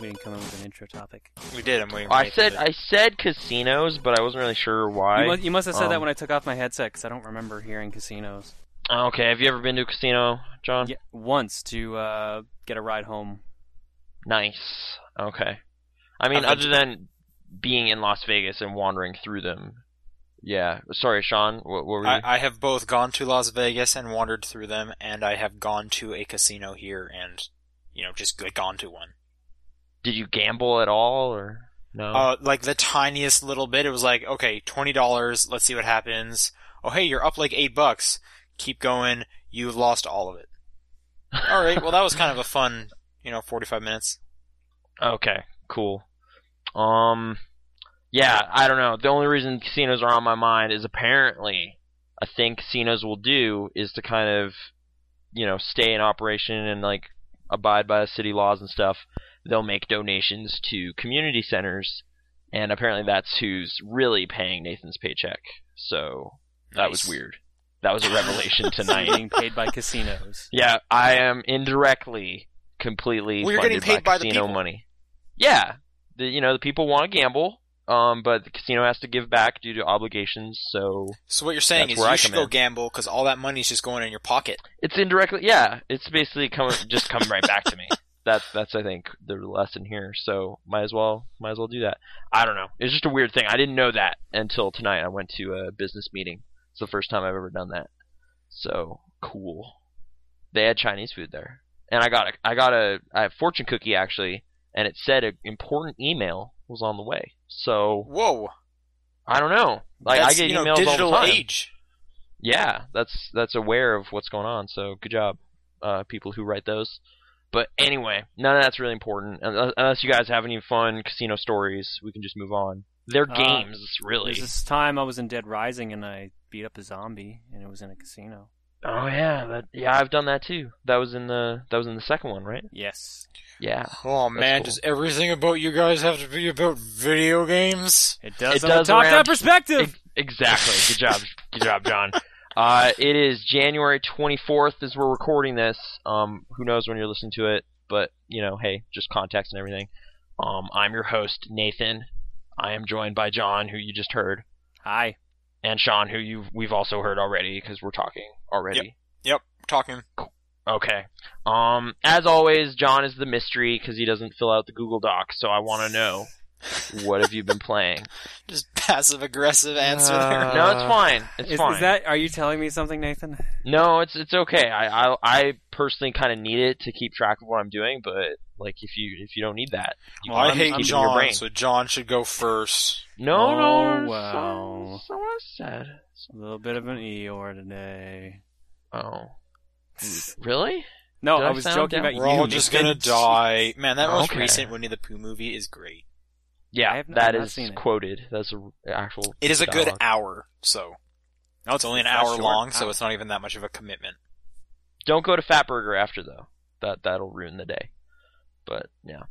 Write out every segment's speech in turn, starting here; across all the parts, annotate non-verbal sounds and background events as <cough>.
didn't come up with an intro topic. We did. I'm waiting. for I Nathan said to- I said casinos, but I wasn't really sure why. you, must, you must have said that um, when I took off my headset because I don't remember hearing casinos. Okay, have you ever been to a casino, John? Yeah, once to uh, get a ride home. Nice. Okay. I mean, I've other than being in Las Vegas and wandering through them. Yeah. Sorry, Sean. What, what were you? I, I have both gone to Las Vegas and wandered through them, and I have gone to a casino here and, you know, just g- gone to one. Did you gamble at all, or no? Uh, like the tiniest little bit. It was like, okay, twenty dollars. Let's see what happens. Oh, hey, you're up like eight bucks. Keep going. You've lost all of it. All right. Well, that was kind of a fun, you know, forty-five minutes. Okay, cool. Um, yeah, I don't know. The only reason casinos are on my mind is apparently a thing casinos will do is to kind of, you know, stay in operation and like abide by city laws and stuff. They'll make donations to community centers, and apparently that's who's really paying Nathan's paycheck. So that was Nice. weird. That was a revelation So tonight. Being paid by casinos. Yeah, I am indirectly completely Well, you're funded getting paid by by the casino people. money. Yeah, the, you know the people want to gamble, um, but the casino has to give back due to obligations. So So what you're saying That's is where I you should come go in. gamble because all that money's just going in your pocket. it's indirectly, yeah, it's basically come just come right back <laughs> to me. That's that's I think the lesson here. So might as well might as well do that. I don't know. It's just a weird thing. I didn't know that until tonight. I went to a business meeting. It's the first time I've ever done that. So cool. They had Chinese food there, and I got a I got a, a fortune cookie actually, and it said an important email was on the way. So Whoa! I don't know. Like That's, I get you know, emails digital all the time. age. Yeah, that's that's aware of what's going on. So good job, uh, people who write those. But anyway, none of that's really important. Unless, unless you guys have any fun casino stories, we can just move on. They're Uh, games, <laughs> really. There's this time I was in Dead Rising and I beat up a zombie and it was in a casino. Oh yeah, that, yeah. I've done that too. That was in the that was in the second one, right? Yes, Yeah. Oh That's man, cool. does everything about you guys have to be about video games? it does. It on a does top-down around- perspective. Ex- Exactly. Good job. Good job, John. Uh, it is January 24th as we're recording this. Um, who knows when you're listening to it, but you know, hey, just context and everything. Um, I'm your host, Nathan. I am joined by John, who you just heard, Hi. and Sean, who you we've also heard already because we're talking already. Yep, talking. Okay. Um, as always, John is the mystery because he doesn't fill out the Google Doc. So I want to know what have you been playing? Just <laughs> passive aggressive answer there. no, it's fine. It's Uh, Is, is fine. that? Are you telling me something, Nathan? No, it's it's okay. I I, I personally kind of need it to keep track of what I'm doing, but like if you if you don't need that, you Well, I can I'm hate keep it in your John, brain. so John should go first. no, Oh, no, so- wow. So I said. A little bit of an Eeyore <laughs> today. Oh, really? No, Did I I was sound joking down- about We're you. all just Nathan. gonna die. Man, that most Okay. recent Winnie the Pooh movie is great. Yeah, I have not- that I've not is seen it. quoted. That's a r- actual. It is a good dialogue. hour, so Oh, it's only an that's hour short. long, so Wow. it's not even that much of a commitment. Don't go to Fatburger after though. That that'll ruin the day. But yeah.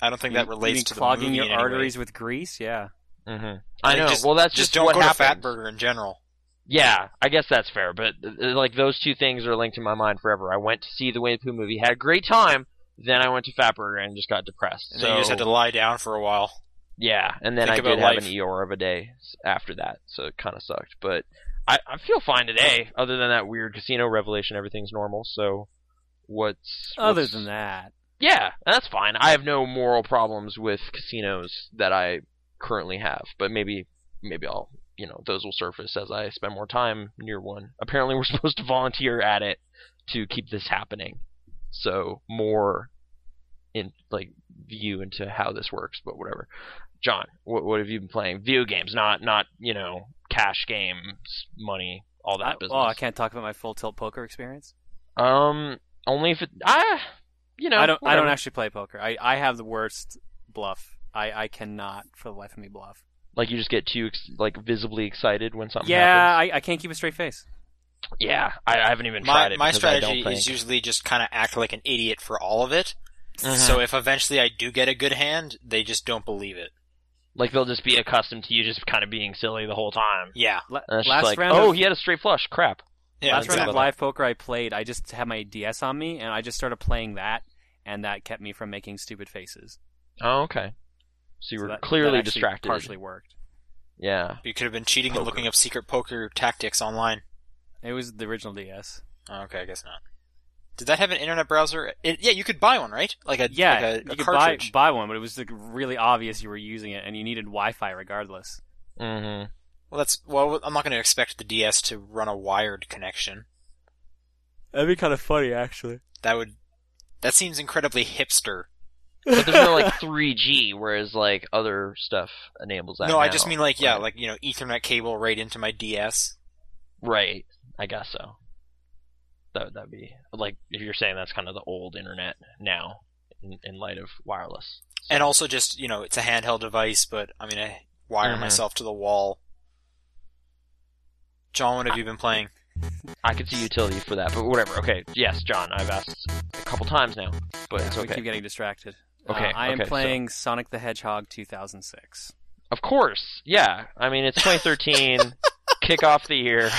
I don't think You- that you relates mean to the clogging movie your in any way. arteries with grease. Yeah. Mm-hmm. I I, mean, know. just- well, that's Just just, don't what go happens. to Fatburger in general. Yeah, I guess that's fair, but uh, like those two things are linked in my mind forever. I went to see the Winnie the Pooh movie, had a great time, then I went to Fatburger and just got depressed. And so then you just had to lie down for a while. yeah, and then I think did about have life. an Eeyore of a day s- after that, so it kind of sucked. But I, I feel fine today, other than that weird casino revelation. Everything's normal. So what's Other what's- than that, Yeah, that's fine. I have no moral problems with casinos that I currently have, but maybe maybe I'll you know those will surface as I spend more time near one. Apparently, <laughs> we're supposed to volunteer at it to keep this happening, so more in like view into how this works. But whatever, John, what, what have you been playing? Video games, not not you know cash games, money, all that business. oh, I can't talk about my full tilt poker experience. Um, only if it, I, you know, I don't. I whatever. don't actually play poker. I, I have the worst bluff. I, I cannot for the life of me bluff. Like you just get too ex- like visibly excited when something yeah, happens. I, I can't keep a straight face. Yeah, I, I haven't even tried My it. my because I strategy don't think. is usually just kind of act like an idiot for all of it. Mhm. So if eventually I do get a good hand, they just don't believe it. like they'll just be accustomed to you just kind of being silly the whole time. Yeah, La- And it's just last like, round. oh, of, he had a straight flush. Crap. yeah. last round exactly. of live poker I played, I just had my DS on me and I just started playing that, and that kept me from making stupid faces. Oh, okay. So you So were that- clearly that actually distracted. Partially worked. Yeah. You could have been cheating and Poker. looking up secret poker tactics online. It was the original DS. Oh, okay, I guess not. Did that have an internet browser? It, yeah, you could buy one, right? Like a Yeah, like a, a you could buy, cartridge. buy one, but it was like really obvious you were using it, and you needed Wi-Fi regardless. hmm <laughs> Well, that's well. I'm not going to expect the DS to run a wired connection. That'd be kind of funny, actually. That would that seems incredibly hipster. But there's no like 3G, whereas like other stuff enables that. no, I now, just mean like yeah, right? like you know, Ethernet cable right into my DS. right. I guess so. That that'd be like if you're saying that's kind of the old internet now, in, in light of wireless. So- And also just, you know, it's a handheld device, but I'm going to wire Mhm. myself to the wall. John, what have you been playing? I could see utility for that, but whatever. Okay, yes, John, I've asked a couple times now, but it's We okay. keep getting distracted. Okay, Uh, I am okay, so- playing Sonic the Hedgehog 2006. Of course, yeah. I mean, it's 2013. kick off the year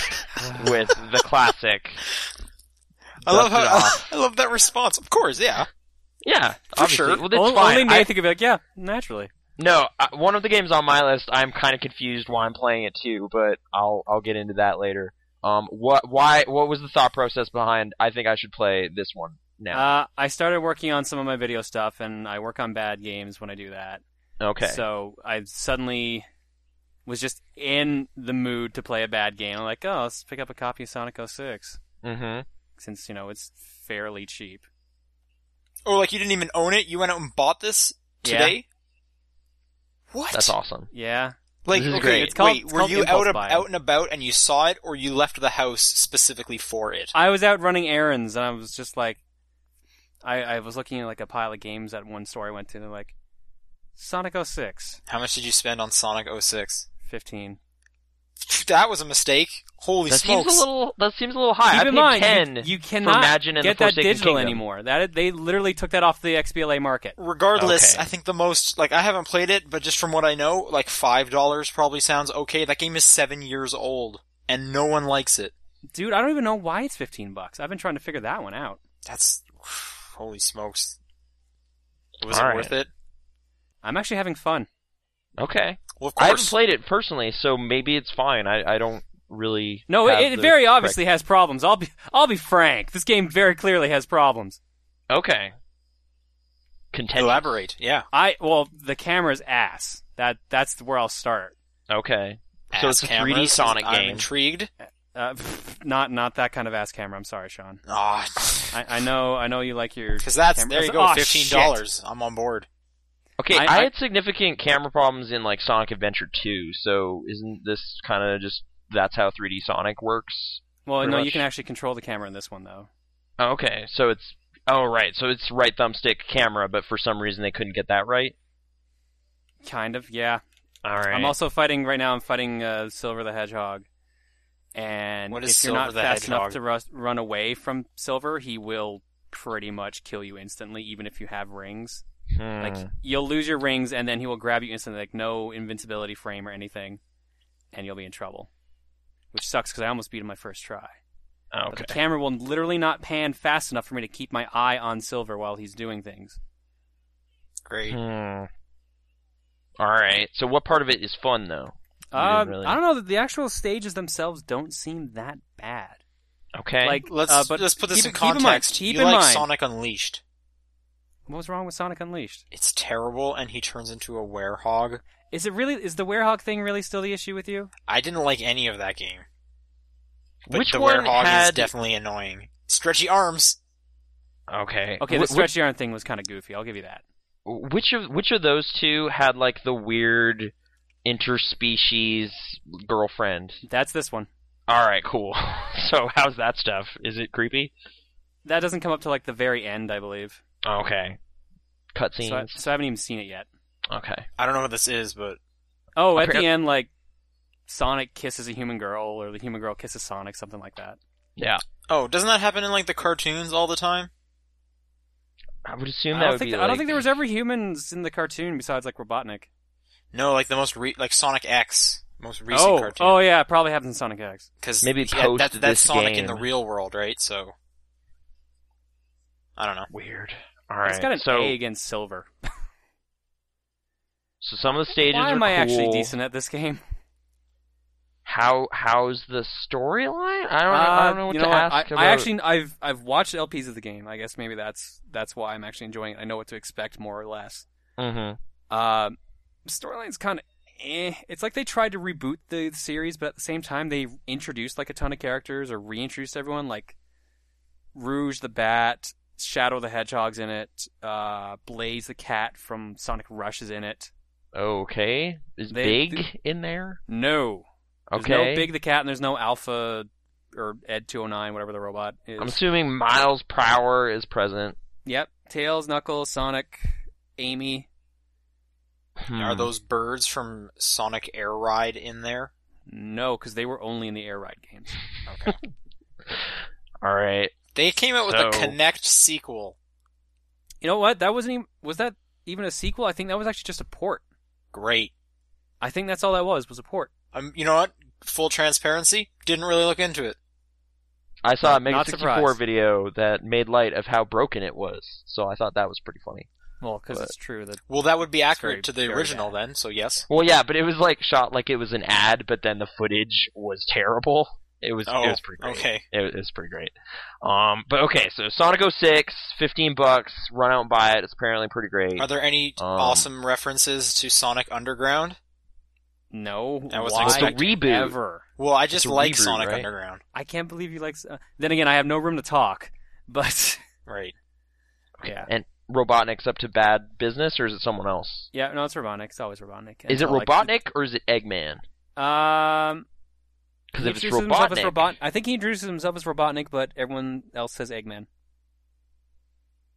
with the classic. I love Dust it how off. <laughs> I love that response. Of course, yeah. Yeah, For obviously. sure. Well, it's only, fine. only I- Nathan could be like, yeah, naturally. No, uh, one of the games on my list, I'm kind of confused why I'm playing it too, but I'll I'll get into that later. Um, what why what was the thought process behind? I think I should play this one now. Uh, I started working on some of my video stuff, and I work on bad games when I do that. okay, So I suddenly was just in the mood to play a bad game. I'm like, oh, let's pick up a copy of Sonic 06 hmm since you know it's fairly cheap. Oh, like you didn't even own it. You went out and bought this Yeah. today? What? that's awesome. Yeah, Like, This is okay, great. It's called- wait, it's were called you impulse out, ab- buying. out and about and you saw it, or you left the house specifically for it? I was out running errands, and I was just like, I, I was looking at like a pile of games at one store I went to, and they're like, Sonic 06, How much did you spend on Sonic 06? 15. That was a mistake. Holy that smokes. seems a little that seems a little high. Keep I in paid mind, ten. you, you cannot Imagine and get the that Forsaken digital Kingdom. anymore. That they literally took that off the XBLA market. Regardless, Okay. I think the most like I haven't played it, but just from what I know, like five dollars probably sounds okay. That game is seven years old, and no one likes it. Dude, I don't even know why it's 15 bucks. I've been trying to figure that one out. That's <sighs> holy smokes. Was it Alright. worth it? I'm actually having fun. Okay, Well, of I haven't course. played it personally, so maybe it's fine. I, I don't really. No, have it, it the very correct- obviously has problems. I'll be I'll be frank. This game very clearly has problems. Okay. Contentious. Elaborate. Yeah. I well, the camera's ass. That that's where I'll start. Okay. So Ass it's a 3D cameras, 'cause Sonic I'm game. intrigued. Uh, <laughs> pff, not not that kind of ass camera. I'm sorry, Sean. Ah, <laughs> I, I know I know you like your because that's camera- there you go. Aw, Fifteen shit. dollars. I'm on board. Okay, I- I, I- had significant camera problems in like Sonic Adventure 2, so isn't this kind of just that's how 3D Sonic works? Well, pretty no, you much. can actually control the camera in this one though. Oh, Okay, so it's oh right, so it's right thumbstick camera, but for some reason they couldn't get that right. Kind of, yeah. All right. I'm also fighting right now. I'm fighting uh, Silver the Hedgehog, and What is if you're Silver not the fast Hedgehog? enough to rus- run away from Silver, he will pretty much kill you instantly, even if you have rings. Hmm. Like you'll lose your rings, and then he will grab you instantly. Like no invincibility frame or anything, and you'll be in trouble. Which sucks because I almost beat him my first try. But Oh, okay. the camera will literally not pan fast enough for me to keep my eye on Silver while he's doing things. Great. Hmm. All right. So what part of it is fun though? You didn't Uh, really- I don't know. The actual stages themselves don't seem that bad. Okay. Like, Let's uh, but let's put this keep- in keep mind- context. Keep you in like mind, Sonic Unleashed? what was wrong with Sonic Unleashed? It's terrible, and he turns into a werehog. Is it really? Is the werehog thing really still the issue with you? I didn't like any of that game. But which the one werehog is had definitely annoying. Stretchy arms. Okay. Okay, Wh- the which- stretchy arm thing was kind of goofy. I'll give you that. which of which of those two had like the weird interspecies girlfriend? That's this one. All right, cool. <laughs> so how's that stuff? Is it creepy? That doesn't come up to like the very end, I believe. Okay. So I, Cutscenes. so I haven't even seen it yet. okay. I don't know what this is, but Oh, at Appar- the end, like Sonic kisses a human girl, or the human girl kisses Sonic, something like that. Yeah. oh, doesn't that happen in like the cartoons all the time? I would assume I that don't would think be. I don't like- think there was ever humans in the cartoon besides like Robotnik. No, like the most re- like Sonic X, most recent oh, cartoon. oh yeah, it probably happens in Sonic X. because Maybe yeah, post that, that's this Sonic in game. the real world, right? So I don't know. Weird. All it right. He's got an so A against Silver. So some of the stages Why are am I actually cool. decent at this game? How how's the storyline? I don't know, I Uh, don't know what you to know what? ask I, about. I actually I've I've watched LPs of the game. I guess maybe that's that's why I'm actually enjoying it. I know what to expect more or less. hmm Uh, storyline's kind of eh. It's like they tried to reboot the series, but at the same time they introduced like a ton of characters or reintroduced everyone, like Rouge the Bat, Shadow the Hedgehog's in it, uh, Blaze the Cat from Sonic Rush is in it. Okay, is They- Big in there? No, there's Okay, no Big the Cat, and there's no Alpha or Ed 209, whatever the robot is. I'm assuming Miles Prower is present. Yep. Tails, Knuckles, Sonic, Amy. Hmm. Are those birds from Sonic Air Ride in there? No, because they were only in the air ride games. Okay. All right. they came out with a So- Connect sequel. You know what? That wasn't even was that even a sequel? I think that was actually just a port. Great. I think that's all that was was a port. Um, you know what? Full transparency. Didn't really look into it. I saw a Not- Mega not 64 surprised. video that made light of how broken it was, so I thought that was pretty funny. Well, because But- it's true that Well, that would be It's accurate very- to the very original bad. then. So yes. Well, yeah, but it was like shot like it was an ad, but then the footage was terrible. It was Oh, it was pretty great. okay. It, was- it was pretty great. Um, but okay, so Sonic 06, 15 bucks. Run out and buy it. It's apparently pretty great. Are there any Um, awesome references to Sonic Underground? no, That was why It's a reboot. ever? Well, I just a like reboot, Sonic right? Underground. I can't believe you like. s- uh, Then again, I have no room to talk. But <laughs> Right. yeah, And Robotnik's up to bad business, or is it someone else? yeah, no, it's Robotnik. It's always Robotnik. Is it Until, like, Robotnik or is it Eggman? Um, Because he if it's introduces himself as Robotnik, Robot- I think he introduces himself as Robotnik, but everyone else says Eggman.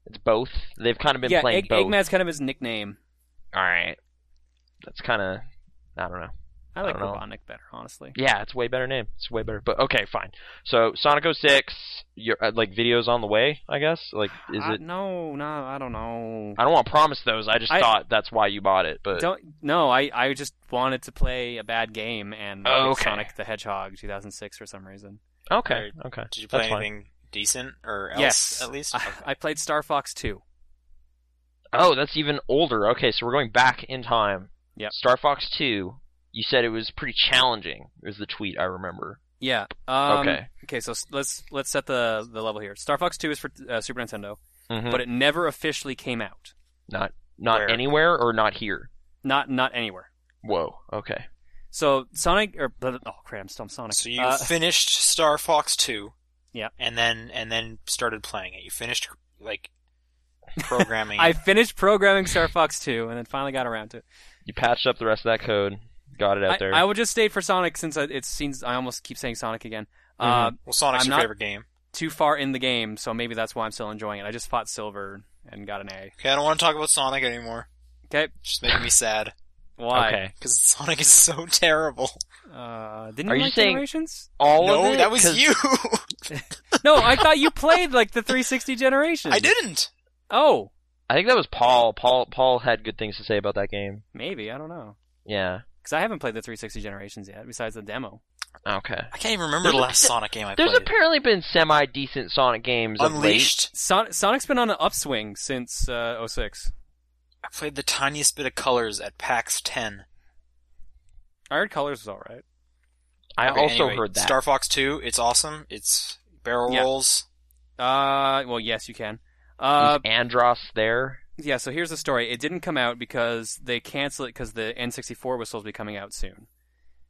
it's both. They've kind of been yeah, playing Egg- both. Eggman's kind of his nickname. All right, that's kind of I don't know. I like don't know. Robotnik better, honestly. Yeah, it's a way better name. It's way better. But okay, fine. So Sonic 06, your uh, like videos on the way, I guess. Like, is I- it? no, no, I don't know. I don't want to promise those. I just I- thought that's why you bought it. But don't no. I I just wanted to play a bad game and Oh, picked okay. Sonic the Hedgehog 2006 for some reason. okay, okay. Did you play that's fine. anything decent or else yes, at least? I, I played Star Fox 2. Oh, that's even older. Okay, so we're going back in time. Yep. Star Fox 2. You said it was pretty challenging. Is the tweet I remember? Yeah. Um, Okay. Okay. So s- let's let's set the the level here. Star Fox 2 is for uh, Super Nintendo, Mhm. but it never officially came out. not not Mm-hmm. Where? anywhere or not here. Not not anywhere. Whoa. Okay. So Sonic or oh crap, I'm still on Sonic. So you <laughs> Uh, finished Star Fox Two. Yeah. And then and then started playing it. You finished <laughs> like programming. I finished programming Star Fox 2 and then finally got around to it. You patched up the rest of that code. Got it out I, there. I will just stay for Sonic since I, it seems I almost keep saying Sonic again. Uh, well, Sonic's I'm your not- favorite game. too far in the game, so maybe that's why I'm still enjoying it. I just fought Silver and got an A. Okay, I don't want to talk about Sonic anymore. Okay, It's just making me sad why? Okay. because Sonic is so <laughs> terrible. Uh, didn't Are you you like saying- Generations? All no, of it. that was 'Cause- <laughs> you. no, I thought you played like the 360 Generations. I didn't. Oh, I think that was Paul. Paul. Paul had good things to say about that game. maybe I don't know Yeah. because I haven't played the 360 Generations yet, besides the demo. Okay. I can't even remember There's the a- last Sonic game I There's played. apparently been semi decent Sonic games. of late. Unleashed. Son- Sonic's been on an upswing since uh, 06. I played the tiniest bit of colors at PAX 10. I heard Colors was all right. I Okay, also anyway, heard that. Star Fox 2, it's awesome. It's barrel Yeah. rolls. Uh, well, yes, you can. Uh, Was Andros there. Yeah, so here's the story. It didn't come out because they canceled it because the N64 was supposed to be coming out soon.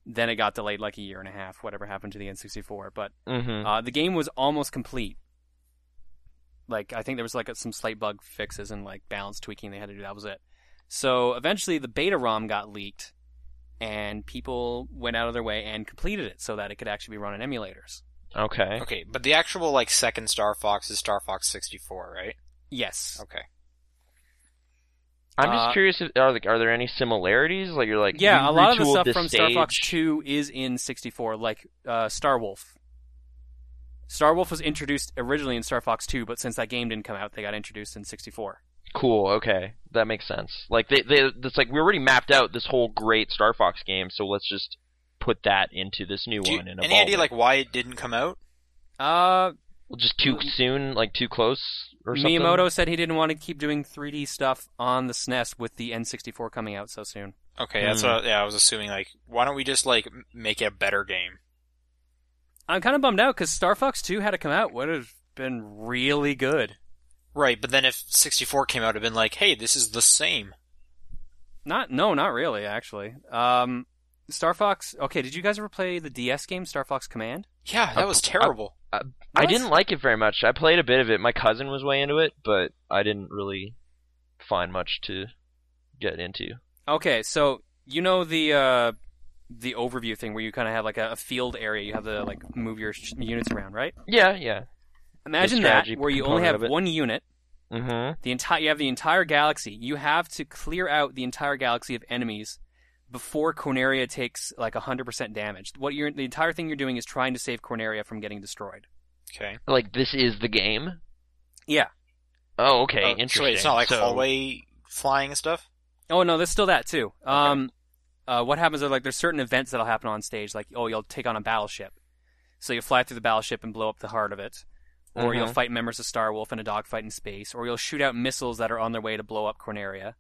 Then it got delayed like a year and a half, whatever happened to the N64. But Mm-hmm. uh, the game was almost complete. Like, I think there was like some slight bug fixes and like balance tweaking they had to do. That was it. So eventually the beta ROM got leaked and people went out of their way and completed it so that it could actually be run in emulators. okay. Okay, but the actual like second Star Fox is Star Fox 64, right? Yes. Okay. I'm just uh, curious. If, are there, are there any similarities? Like you're like yeah, we a lot of the retooled stuff this from Star Fox stage. 2 is in 64, like uh, Star Wolf. Star Wolf was introduced originally in Star Fox 2, but since that game didn't come out, they got introduced in 64. Cool. Okay, that makes sense. Like they, they, it's like we already mapped out this whole great Star Fox game, so let's just put that into this new Do you- one and any evolve idea it. like why it didn't come out? Uh, Well, just too soon, like too close or something. Miyamoto said he didn't want to keep doing 3D stuff on the SNES with the N64 coming out so soon. Okay, that's Hmm. what. I, yeah, I was assuming. Like, why don't we just like m- make a better game? I'm kind of bummed out because Star Fox 2 had to come out would have been really good. Right, but then if 64 came out, it'd been like, hey, this is the same. Not no, not really actually. Um, Star Fox. Okay, did you guys ever play the DS game Star Fox Command? Yeah, Oh, that was terrible. Uh, I What? didn't like it very much. I played a bit of it. My cousin was way into it, but I didn't really find much to get into. Okay, so you know the uh, the overview thing where you kind of have like a, a field area. You have to like move your sh- units around, right? Yeah, yeah. Imagine that strategy where you only component have of it. one unit. Mm-hmm. The entire you have the entire galaxy. You have to clear out the entire galaxy of enemies before Corneria takes like 100% damage. What you're the entire thing you're doing is trying to save Corneria from getting destroyed. Okay. Like this is the game. Yeah. Oh, okay, Oh, interesting. So wait, it's not like So- hallway flying and stuff. Oh no, there's still that too. Um, uh, what happens are like there's certain events that'll happen on stage, like oh you'll take on a battleship, so you'll fly through the battleship and blow up the heart of it, or you'll Mhm. fight members of Star Wolf in a dogfight in space, or you'll shoot out missiles that are on their way to blow up Corneria,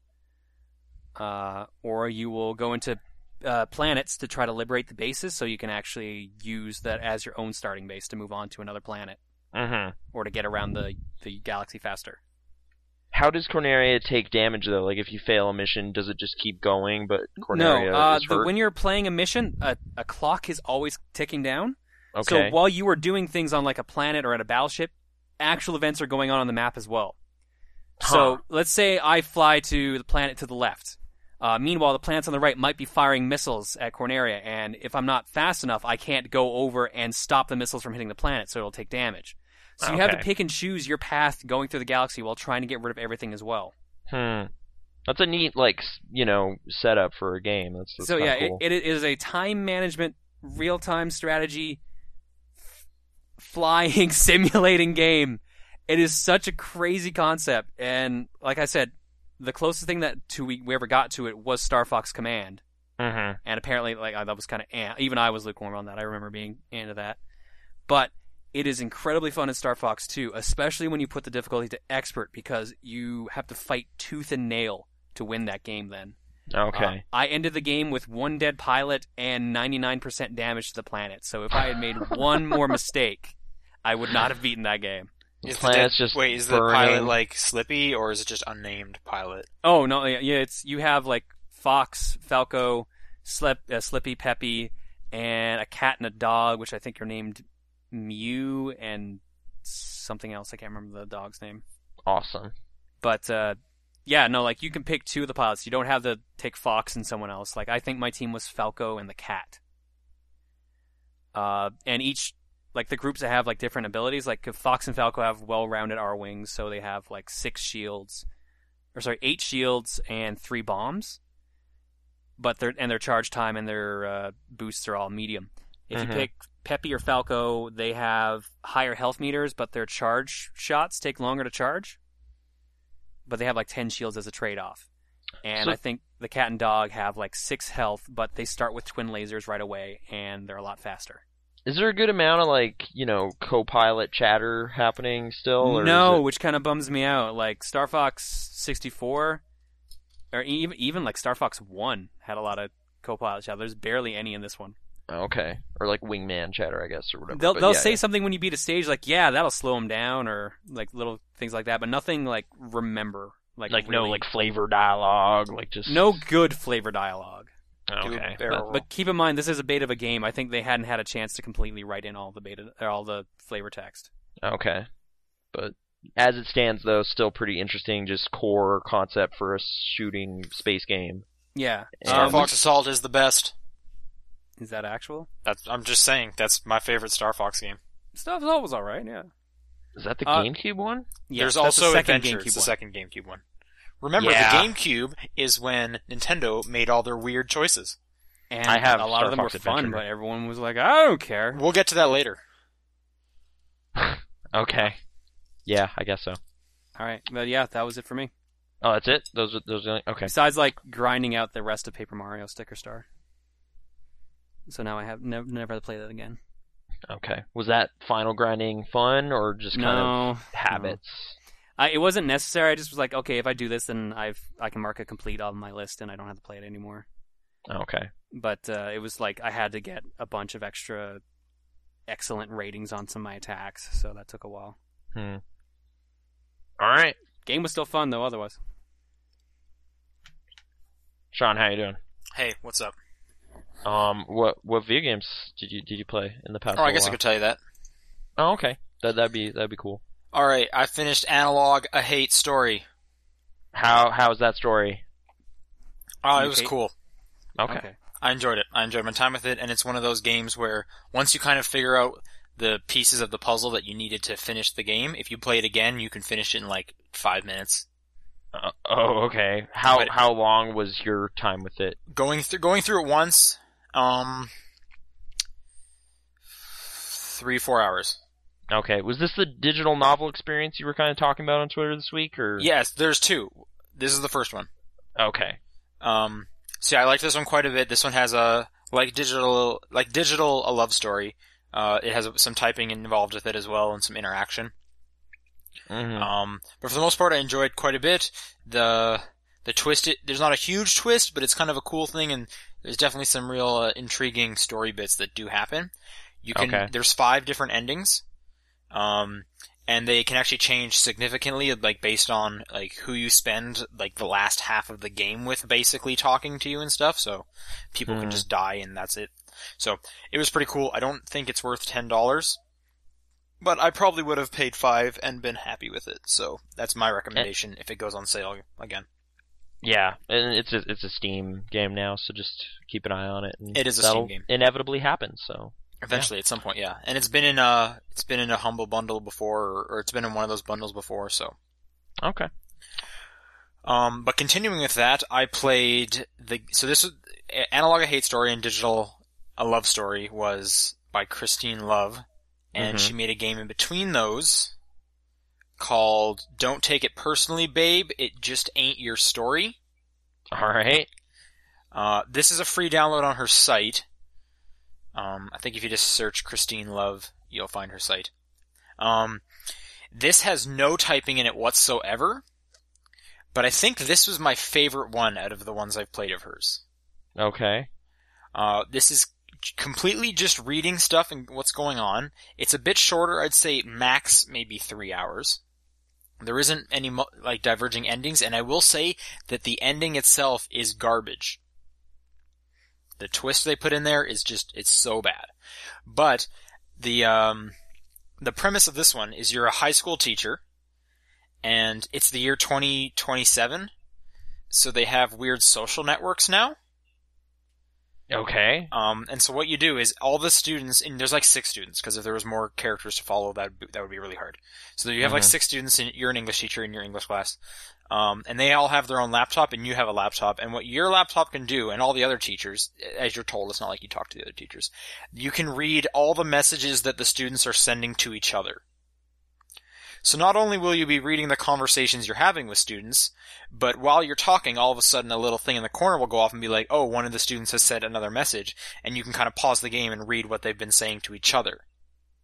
uh, or you will go into uh, planets to try to liberate the bases, so you can actually use that as your own starting base to move on to another planet Mhm. or to get around the the galaxy faster. How does Corneria take damage though? Like if you fail a mission, does it just keep going? But Corneria no, uh, is the, hurt. when you're playing a mission, a, a clock is always ticking down. okay. So while you are doing things on like a planet or at a battleship, actual events are going on on the map as well. Huh. So let's say I fly to the planet to the left. Uh, meanwhile, the planets on the right might be firing missiles at Corneria, and if I'm not fast enough, I can't go over and stop the missiles from hitting the planet, so it'll take damage. So you have to Ah, Okay. pick and choose your path going through the galaxy while trying to get rid of everything as well. Hmm. That's a neat, like, s- you know, setup for a game. That's, that's so kinda yeah, cool. it, it is a time management, real time strategy, f- flying <laughs> simulating game. It is such a crazy concept, and like I said, the closest thing that to we, we ever got to it was Star Fox Command, Mhm. and apparently like I, that was kind of eh, even I was lukewarm on that. I remember being into that, but it is incredibly fun in Star Fox 2, especially when you put the difficulty to expert because you have to fight tooth and nail to win that game. Then Okay. uh, I ended the game with one dead pilot and 99% damage to the planet. So if I had made one more mistake, I would not have beaten that game. The Is the planet's dead- just wait, is the burning. pilot like Slippy or is it just unnamed pilot? Oh no, yeah, yeah, it's you have like Fox, Falco, Slip, uh, Slippy, Peppy, and a cat and a dog, which I think are named Mew and something else. I can't remember the dog's name. awesome. But uh, yeah, no, like you can pick two of the pilots. You don't have to take Fox and someone else. Like I think my team was Falco and the Cat. Uh, and each like the groups that have like different abilities. Like if Fox and Falco have well-rounded R wings, so they have like six shields, or sorry, eight shields and three bombs. But their and their charge time and their uh, boosts are all medium. If Mhm. you pick Peppy or Falco, they have higher health meters, but their charge shots take longer to charge. But they have like ten shields as a trade-off. And So- I think the cat and dog have like six health, but they start with twin lasers right away, and they're a lot faster. Is there a good amount of like, you know, co-pilot chatter happening still? Or is no, it- which kind of bums me out. Like Star Fox 64, or e-, even even like Star Fox 1 had a lot of co-pilot chat. There's barely any in this one. Okay. Or like wingman chatter, I guess, or whatever. They'll But they'll yeah, say yeah. something when you beat a stage, like yeah, that'll slow them down, or like little things like that, but nothing like remember, like like no really- like flavor dialogue, like just no good flavor dialogue. Do a Okay. barrel roll. But keep in mind, this is a beta of a game. I think they hadn't had a chance to completely write in all the beta, or all the flavor text. Okay. But as it stands though, still pretty interesting just core concept for a shooting space game. Yeah, Star Um, Fox Assault is the best. is that actual? That's I'm just saying that's my favorite Star Fox game. Star Fox was all right. Yeah. Is that the Uh, GameCube one? Yeah, There's that's the also second Adventure. GameCube it's the one. second GameCube one. Remember, Yeah. the GameCube is when Nintendo made all their weird choices. and I have a lot Star of them Fox were fun, Adventure. but everyone was like, "I don't care." We'll get to that later. Okay. Yeah, I guess so. All right, but yeah, that was it for me. Oh, that's it. Those are those. Are, the only- okay. Besides, like grinding out the rest of Paper Mario Sticker Star. So now I have never never had to play that again. Okay. Was that final grinding fun or just kind of no, habits? I, it wasn't necessary. I just was like, okay, if I do this, then I've I can mark a complete on my list, and I don't have to play it anymore. Okay. But uh, it was like I had to get a bunch of extra excellent ratings on some of my attacks, so that took a while. Hmm. All right, Game was still fun though. Otherwise, Sean, how you doing? Hey, what's up? Um, what what video games did you did you play in the past? Oh, I little guess I while? could tell you that. Oh, okay. That that'd be that'd be cool. All right, I finished Analog: A Hate Story. How how's that story? Oh, You it was hate- cool. Okay. I enjoyed it. I enjoyed my time with it, and it's one of those games where once you kind of figure out the pieces of the puzzle that you needed to finish the game, if you play it again, you can finish it in like five minutes. Uh, oh, okay. How But- how long was your time with it? Going through going through it once, um, three four hours. Okay. Was this the digital novel experience you were kind of talking about on Twitter this week, or? Yes, there's two. This is the first one. Okay. Um, see, I like this one quite a bit. This one has a like digital, like digital, a love story. Uh, it has some typing involved with it as well and some interaction. Mhm. Um, but for the most part, I enjoyed quite a bit. The the twist, it, there's not a huge twist, but it's kind of a cool thing, and there's definitely some real uh, intriguing story bits that do happen. You can Okay. there's five different endings, um, and they can actually change significantly, like based on like who you spend like the last half of the game with, basically talking to you and stuff. So people can Hmm. just die, and that's it. So it was pretty cool. I don't think it's worth ten dollars, but I probably would have paid five and been happy with it. So that's my recommendation if it goes on sale again. Yeah, and it's a, it's a Steam game now, so just keep an eye on it. And It is a that'll Steam game. Inevitably happen. So Eventually, at some point, yeah. And it's been in a it's been in a humble bundle before, or, or it's been in one of those bundles before. So, okay. um, but continuing with that, I played the so this was analog a hate story and digital a love story was by Christine Love, and Mhm. she made a game in between those called "Don't Take It Personally, Babe." It just ain't your story. All right. Uh, this is a free download on her site. Um, I think if you just search Christine Love, you'll find her site. Um, this has no typing in it whatsoever, but I think this was my favorite one out of the ones I've played of hers. Okay. Uh, this is completely just reading stuff and what's going on. It's a bit shorter, I'd say max maybe three hours. There isn't any mu- like diverging endings, and I will say that the ending itself is garbage. The twist they put in there is just it's so bad. But the um, the premise of this one is you're a high school teacher, and it's the year 2027, so they have weird social networks now. Okay. Um, and so what you do is all the students, and there's like six students, because if there was more characters to follow, that would be, that would be really hard. So you have like Mhm. six students, and you're an English teacher in your English class, um, and they all have their own laptop, and you have a laptop, and what your laptop can do, and all the other teachers, as you're told, it's not like you talk to the other teachers, you can read all the messages that the students are sending to each other. So not only will you be reading the conversations you're having with students, but while you're talking, all of a sudden a little thing in the corner will go off and be like, oh, one of the students has said another message, and you can kind of pause the game and read what they've been saying to each other.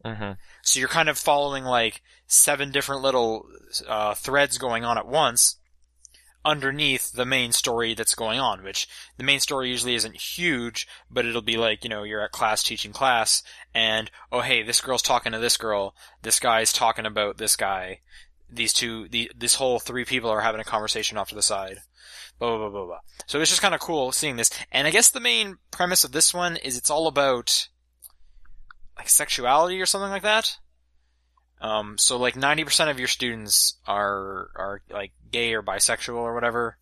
Mm-hmm. hmm So you're kind of following like seven different little uh, threads going on at once underneath the main story that's going on, which the main story usually isn't huge, but it'll be like, you know, you're at class teaching class and, oh hey, this girl's talking to this girl, this guy's talking about this guy, these two, the, this whole three people are having a conversation off to the side. Blah, blah, blah, blah, blah. So it's just kind of cool seeing this. And I guess the main premise of this one is it's all about like sexuality or something like that. Um, so like 90% of your students are, are like gay or bisexual or whatever.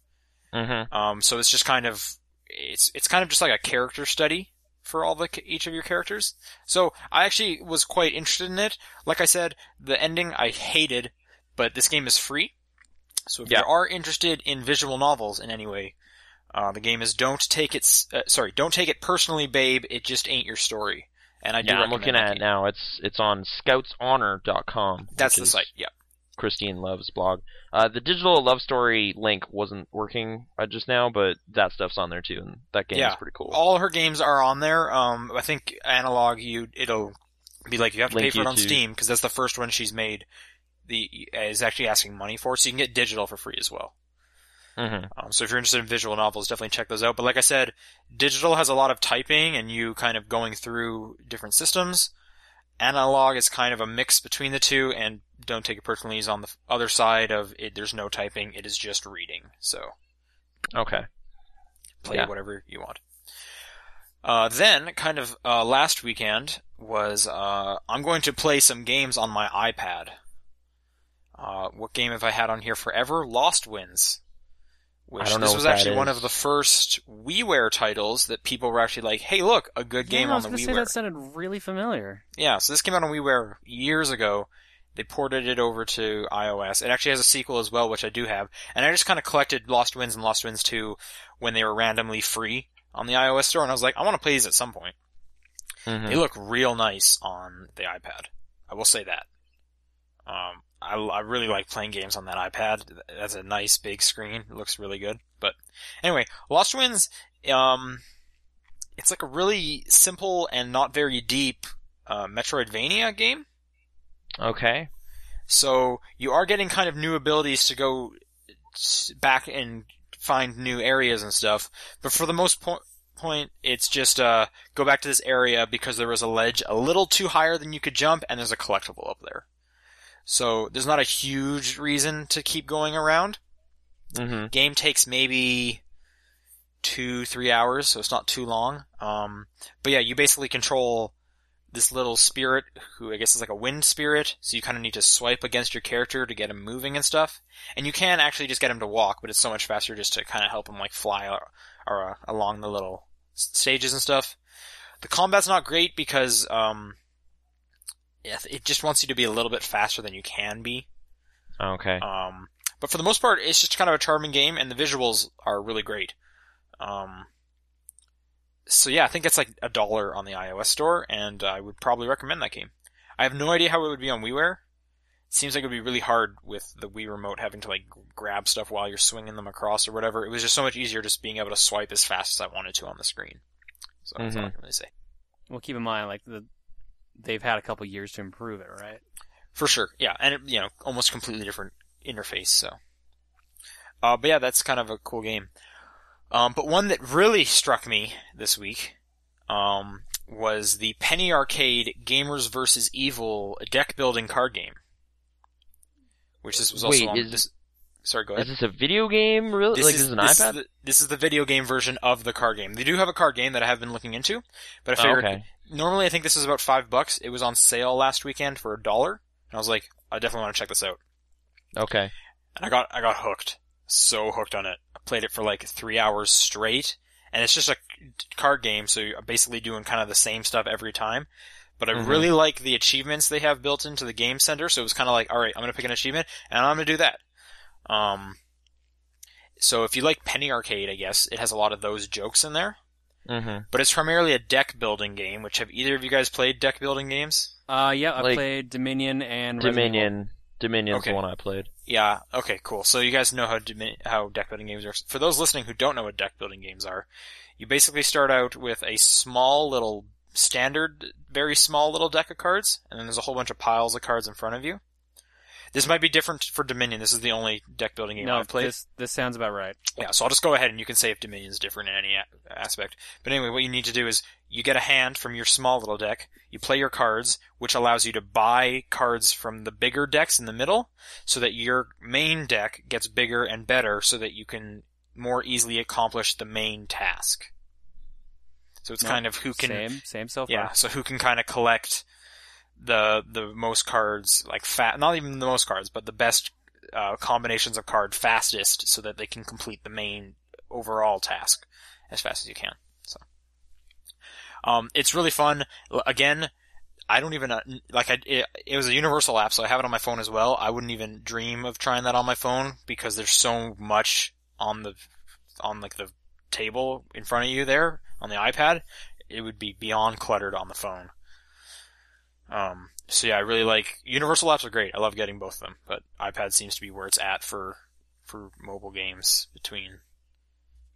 hmm Um, so it's just kind of, it's, it's kind of just like a character study for all the, each of your characters. So I actually was quite interested in it. Like I said, the ending I hated, but this game is free. So if Yeah. you are interested in visual novels in any way, uh, the game is don't take it, s- uh, sorry, don't take it personally, babe. It just ain't your story. And I do yeah, I'm recommend looking that at it game. now. It's it's on scoutshonor.com. That's which the is site. Yeah. Christine Love's blog. Uh, the digital love story link wasn't working uh, just now, but that stuff's on there too, and that game Yeah. is pretty cool. all her games are on there. Um, I think analog you it'll be like, you have to Link pay for you it on to- Steam because that's the first one she's made. The is actually asking money for, so you can get digital for free as well. Mm-hmm. Um, so if you're interested in visual novels, definitely check those out. But like I said, digital has a lot of typing and you kind of going through different systems. Analog is kind of a mix between the two, and don't take it personally is on the other side of it. There's no typing; it is just reading. So Okay. play Yeah. whatever you want. Uh, then, kind of uh, last weekend was uh, I'm going to play some games on my iPad. Uh, what game have I had on here forever? Lost Winds. Which I don't know this what was that actually one is. of the first WiiWare titles that people were actually like, "Hey, look, a good game yeah, I on was the gonna WiiWare." say that sounded really familiar. Yeah, so this came out on WiiWare years ago. They ported it over to iOS. It actually has a sequel as well, which I do have. And I just kind of collected Lost Winds and Lost Winds 2 when they were randomly free on the iOS store, and I was like, I want to play these at some point. Mhm. They look real nice on the iPad. I will say that. Um, I, I really like playing games on that iPad. That's a nice big screen. It looks really good. But anyway, Lost Winds, um, it's like a really simple and not very deep uh, Metroidvania game. Okay. So you are getting kind of new abilities to go s- back and find new areas and stuff. But for the most po- point, it's just uh, go back to this area because there was a ledge a little too higher than you could jump, and there's a collectible up there. So there's not a huge reason to keep going around. Mm-hmm. Game takes maybe two, three hours, so it's not too long. Um, but yeah, you basically control this little spirit who I guess is like a wind spirit, so you kind of need to swipe against your character to get him moving and stuff. And you can actually just get him to walk, but it's so much faster just to kind of help him like fly or, or uh, along the little s- stages and stuff. The combat's not great because um, yeah, it just wants you to be a little bit faster than you can be. Okay. Um, but for the most part, it's just kind of a charming game, and the visuals are really great. Um, so yeah, I think it's like a dollar on the iOS store, and I would probably recommend that game. I have no idea how it would be on WiiWare. It seems like it would be really hard with the Wii remote having to like grab stuff while you're swinging them across or whatever. It was just so much easier just being able to swipe as fast as I wanted to on the screen. So that's all I Mhm. can really say. Well, keep in mind, like the they've had a couple years to improve it, right? For sure, yeah, and it, you know, almost completely different interface. So, uh, but yeah, that's kind of a cool game. Um, but one that really struck me this week um, was the Penny Arcade Gamers vs. Evil deck building card game, which this was also Wait, on. is this, sorry, go Is ahead. this a video game? Really? like, is, this an this iPad? the, this is the video game version of the card game. They do have a card game that I have been looking into, but I Oh, figured okay. normally I think this is about five bucks. It was on sale last weekend for a dollar, and I was like, I definitely want to check this out. Okay. And I got I got hooked, so hooked on it. I played it for like three hours straight, and it's just a c- card game, so you're basically doing kind of the same stuff every time. But I Mhm. really like the achievements they have built into the game center, so it was kind of like, all right, I'm gonna pick an achievement, and I'm gonna do that. Um, so if you like Penny Arcade, I guess it has a lot of those jokes in there. Mm-hmm. But it's primarily a deck building game. Which have either of you guys played deck building games? Uh, yeah, I Like- played Dominion and Resident Evil. Dominion. Dominion's Okay. the one I played. Yeah. Okay. Cool. So you guys know how dimi- how deck building games are. For those listening who don't know what deck building games are, you basically start out with a small little standard, very small little deck of cards, and then there's a whole bunch of piles of cards in front of you. This might be different for Dominion. This is the only deck building game No, I've played. this this sounds about right. Yeah, so I'll just go ahead and you can say if Dominion's different in any a- aspect. But anyway, what you need to do is you get a hand from your small little deck, you play your cards, which allows you to buy cards from the bigger decks in the middle, so that your main deck gets bigger and better so that you can more easily accomplish the main task. So it's Yeah, kind of who can same same so far. yeah, so who can kind of collect the the most cards, like fat, not even the most cards, but the best uh, combinations of card fastest, so that they can complete the main overall task as fast as you can. So, um, it's really fun. L- Again, I don't even uh, n- like I. It, it was a universal app, so I have it on my phone as well. I wouldn't even dream of trying that on my phone because there's so much on the on like the table in front of you there on the iPad it would be beyond cluttered on the phone. Um, so yeah, I really like Universal apps are great. I love getting both of them, but iPad seems to be where it's at for for mobile games between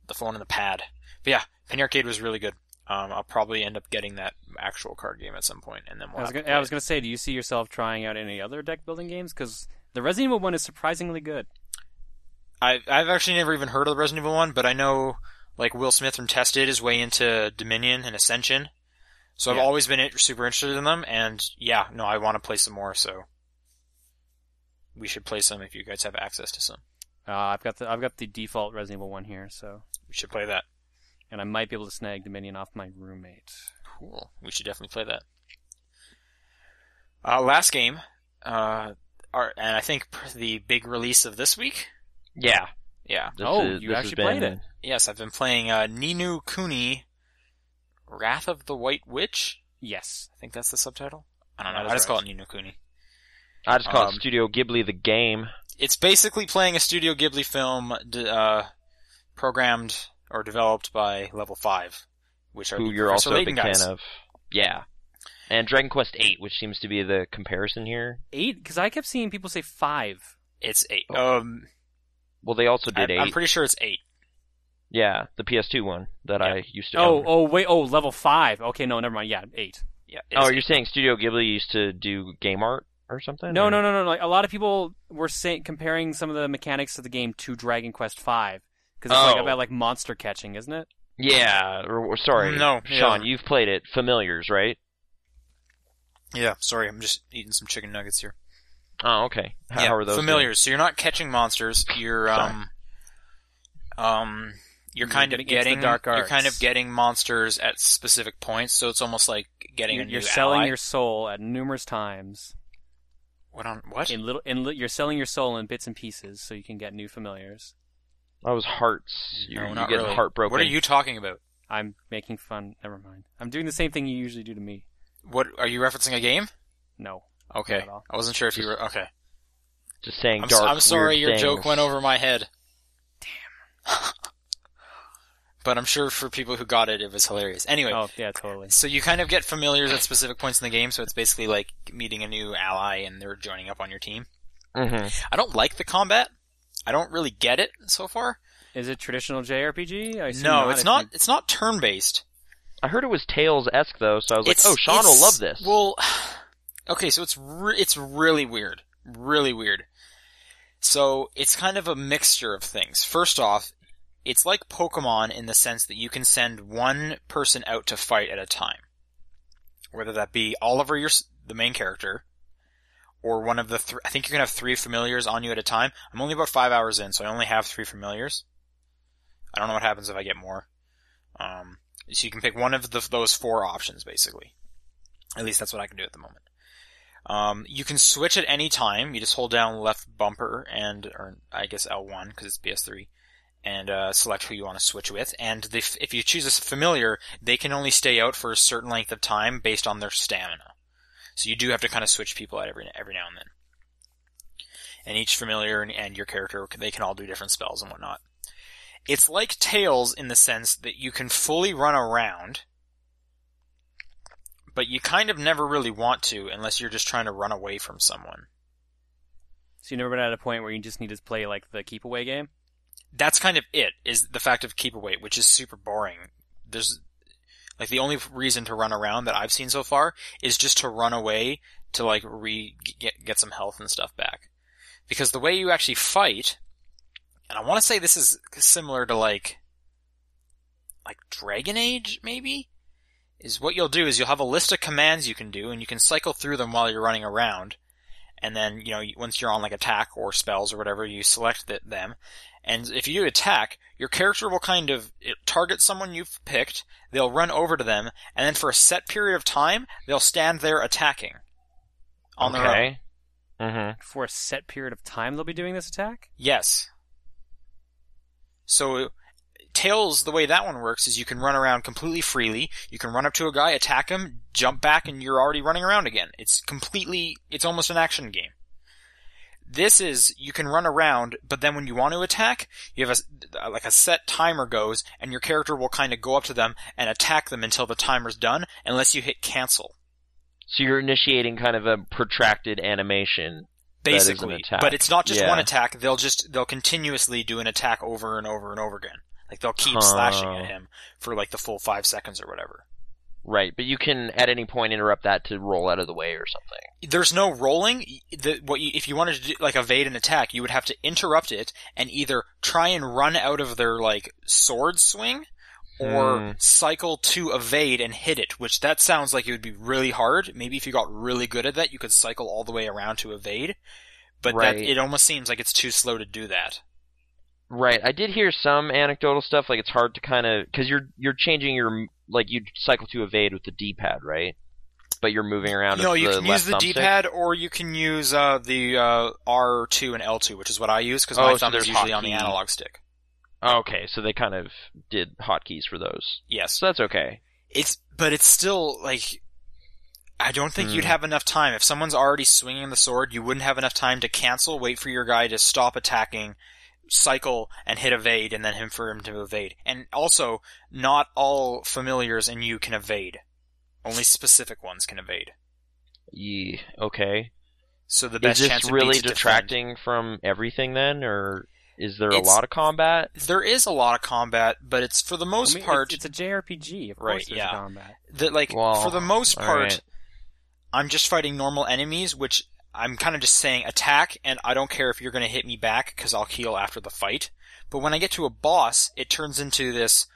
the phone and the pad. But yeah, Penny Arcade was really good. Um, I'll probably end up getting that actual card game at some point, and then we'll I was have to gonna, play I was it. gonna say, do you see yourself trying out any other deck building games? Because the Resident Evil one is surprisingly good. I've, I've actually never even heard of the Resident Evil one, but I know like Will Smith from Tested is way into Dominion and Ascension, so I've Yeah. always been in- super interested in them. And yeah, no, I want to play some more. So we should play some if you guys have access to some. Uh, I've got the I've got the default Resident Evil one here, so We should play that. and I might be able to snag Dominion off my roommate. Cool. We should definitely play that. Uh, last game, uh, our, and I think pr- the big release of this week. Yeah. Yeah. This Oh, is- you this has actually been- played it. Yes, I've been playing uh, Ninu Kuni, Wrath of the White Witch. Yes, I think that's the subtitle. I don't know. That I is just right. call it Ninu Kuni. I just call Um, it Studio Ghibli the game. It's basically playing a Studio Ghibli film d- uh, programmed or developed by Level Five, which are who the you're Professor also a Layton big guys. fan of. Yeah. And Dragon Quest VIII, which seems to be the comparison here. eight because I kept seeing people say five. It's eight. Oh. Um, Well, they also I, did 8 I'm pretty sure it's eight. yeah, the PS2 one that I used to Oh, own. oh wait, oh level five. Okay, no, never mind. Yeah, eight. Yeah. Oh, it's you're saying Studio Ghibli used to do game art or something? No, or- no, no, no. Like a lot of people were saying comparing some of the mechanics of the game to Dragon Quest five because it's like Oh. about like monster catching, isn't it? Yeah, or, or sorry. No, Sean, yeah. you've played it. Familiars, right? Yeah, sorry, I'm just eating some chicken nuggets here. Oh, okay. How, yeah, how are those? familiars? So you're not catching monsters. You're um, um, you're You're kind of getting- it's the getting dark you're arts. kind of getting monsters at specific points. So it's almost like getting You're, a new you're selling ally. your soul at numerous times. what on what? In little, in li- you're selling your soul in bits and pieces so you can get new familiars. Doing? I was hearts. You're, No, you're not getting really. heartbroken. What are you talking about? I'm making fun. Never mind. I'm doing the same thing you usually do to me. What are you referencing a game? No. Not Okay, at all. I wasn't sure if you were okay. just saying I'm, dark? am sorry, weird your things. joke went over my head. Damn. <laughs> but I'm sure for people who got it, it was hilarious. Anyway, Oh yeah, totally. So you kind of get familiars at specific points in the game, so it's basically like meeting a new ally and they're joining up on your team. hmm I don't like the combat. I don't really get it so far. Is it traditional JRPG? I assume No, it's if not. you- It's not turn-based. I heard it was Tails esque though, so I was like, It's- "Oh, Sean will it's- love this." Well, <sighs> okay, so it's re- it's really weird, really weird. So it's kind of a mixture of things. First off, it's like Pokemon in the sense that you can send one person out to fight at a time, whether that be Oliver, your s- the main character, or one of the three. I think you can have three familiars on you at a time. I'm only about five hours in, so I only have three familiars. I don't know what happens if I get more. Um, so you can pick one of the, those four options, basically. At least that's what I can do at the moment. Um, you can switch at any time. You just hold down left bumper and, or I guess L1 because it's PS3, and uh, select who you want to switch with. And the, f- if you choose a familiar, they can only stay out for a certain length of time based on their stamina. So you do have to kind of switch people out every every now and then. And each familiar and, and your character, they can all do different spells and whatnot. It's like Tails in the sense that you can fully run around, but you kind of never really want to unless you're just trying to run away from someone. So you never been at a point where you just need to play like the keep away game. That's kind of it, is the fact of keep away, which is super boring. There's, like, the only reason to run around that I've seen so far is just to run away to, like, re, get, get some health and stuff back. Because the way you actually fight, and I want to say this is similar to, like, like Dragon Age, maybe? Is what you'll do is you'll have a list of commands you can do, and you can cycle through them while you're running around. And then, you know, you- once you're on like attack or spells or whatever, you select th- them. And if you do attack, your character will kind of it, target someone you've picked, they'll run over to them, and then for a set period of time, they'll stand there attacking. On their own. okay. Mm-hmm. For a set period of time, they'll be doing this attack. Yes. So, Tails, the way that one works is you can run around completely freely. You can run up to a guy, attack him, jump back, and you're already running around again. It's completely, it's almost an action game. This is, you can run around, but then when you want to attack, you have a, like a set timer goes, and your character will kind of go up to them and attack them until the timer's done, unless you hit cancel. So you're initiating kind of a protracted animation. That is an basically. attack. But it's not just Yeah. one attack. They'll just they'll continuously do an attack over and over and over again. Like they'll keep Huh. slashing at him for like the full five seconds or whatever. Right, but you can at any point interrupt that to roll out of the way or something. There's no rolling. Y- The, what you, if you wanted to do, like evade an attack, you would have to interrupt it and either try and run out of their like sword swing, or Hmm. cycle to evade and hit it. Which that sounds like it would be really hard. Maybe if you got really good at that, you could cycle all the way around to evade. But that Right. it almost seems like it's too slow to do that. Right, I did hear some anecdotal stuff like it's hard to kind of because you're you're changing your m- like you cycle to evade with the D-pad, right? But you're moving around. No, with you the can left use the thumbstick. D-pad, or you can use uh, the uh, R2 and L2, which is what I use because Oh, my so thumb is there's usually on the hotkey. analog stick. Okay, so they kind of did hotkeys for those, Yes, so that's okay. it's but it's still like I don't think you'd Hmm. have enough time if someone's already swinging the sword. You wouldn't have enough time to cancel, wait for your guy to stop attacking, cycle and hit evade, and then him for him to evade. And also, not all familiars and you can evade. Only specific ones can evade. Ye, okay. So the Is best chance this would be really to defend. detracting from everything then, or is there It's- a lot of combat? There is a lot of combat, but it's for the most I mean, part it's, it's a JRPG. Of course, Right, there's yeah. combat. that like Well, for the most all part right. i'm just fighting normal enemies which i'm kind of just saying attack and i don't care if you're going to hit me back because i'll heal after the fight but when i get to a boss it turns into this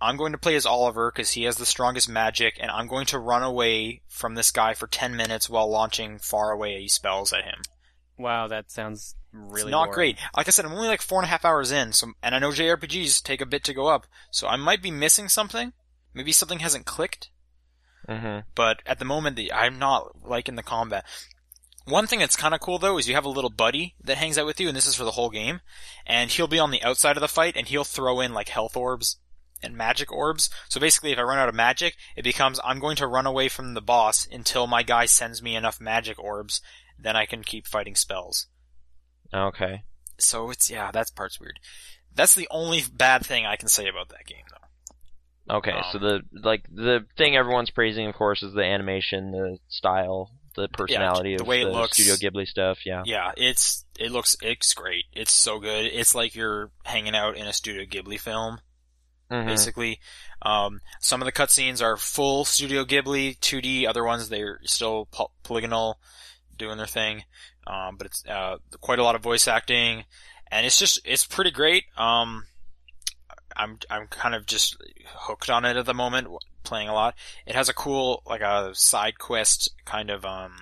i'm going to play as oliver because he has the strongest magic and i'm going to run away from this guy for 10 minutes while launching far away spells at him Wow, that sounds it's really not boring. great like i said i'm only like four and a half hours in so and i know jrpgs take a bit to go up so i might be missing something maybe something hasn't clicked hmm but at the moment, the, I'm not liking the combat. One thing that's kind of cool though is you have a little buddy that hangs out with you, and this is for the whole game, and he'll be on the outside of the fight, and he'll throw in like health orbs and magic orbs. So basically, if I run out of magic, it becomes I'm going to run away from the boss until my guy sends me enough magic orbs, then I can keep fighting spells. Okay. So it's yeah, that's part's weird. That's the only bad thing I can say about that game though. Okay, Um, so the like the thing everyone's praising, of course, is the animation, the style, the personality the of way it the looks. Studio Ghibli stuff. Yeah. Yeah, it's it looks it's great. It's so good. It's like you're hanging out in a Studio Ghibli film, Mhm. basically. Um, some of the cutscenes are full Studio Ghibli 2D. Other ones they're still po- polygonal, doing their thing. Um, but it's uh, quite a lot of voice acting, and it's just it's pretty great. Um, I'm I'm kind of just hooked on it at the moment, w- playing a lot. It has a cool like a side quest kind of um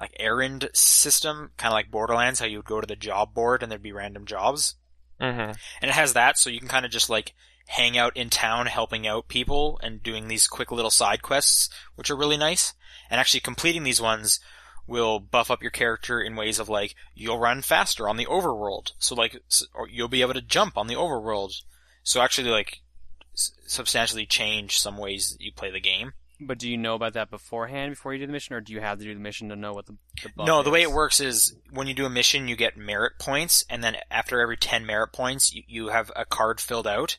like errand system, kind of like Borderlands, how you would go to the job board and there'd be random jobs. Mhm. And it has that, so you can kind of just like hang out in town helping out people and doing these quick little side quests, which are really nice. And actually completing these ones will buff up your character in ways of like, you'll run faster on the overworld. So like, s- or you'll be able to jump on the overworld. So actually like, s- substantially change some ways that you play the game. But do you know about that beforehand before you do the mission, or do you have to do the mission to know what the, the buff No, the way is? it works is when you do a mission, you get merit points, and then after every 10 merit points, you, you have a card filled out,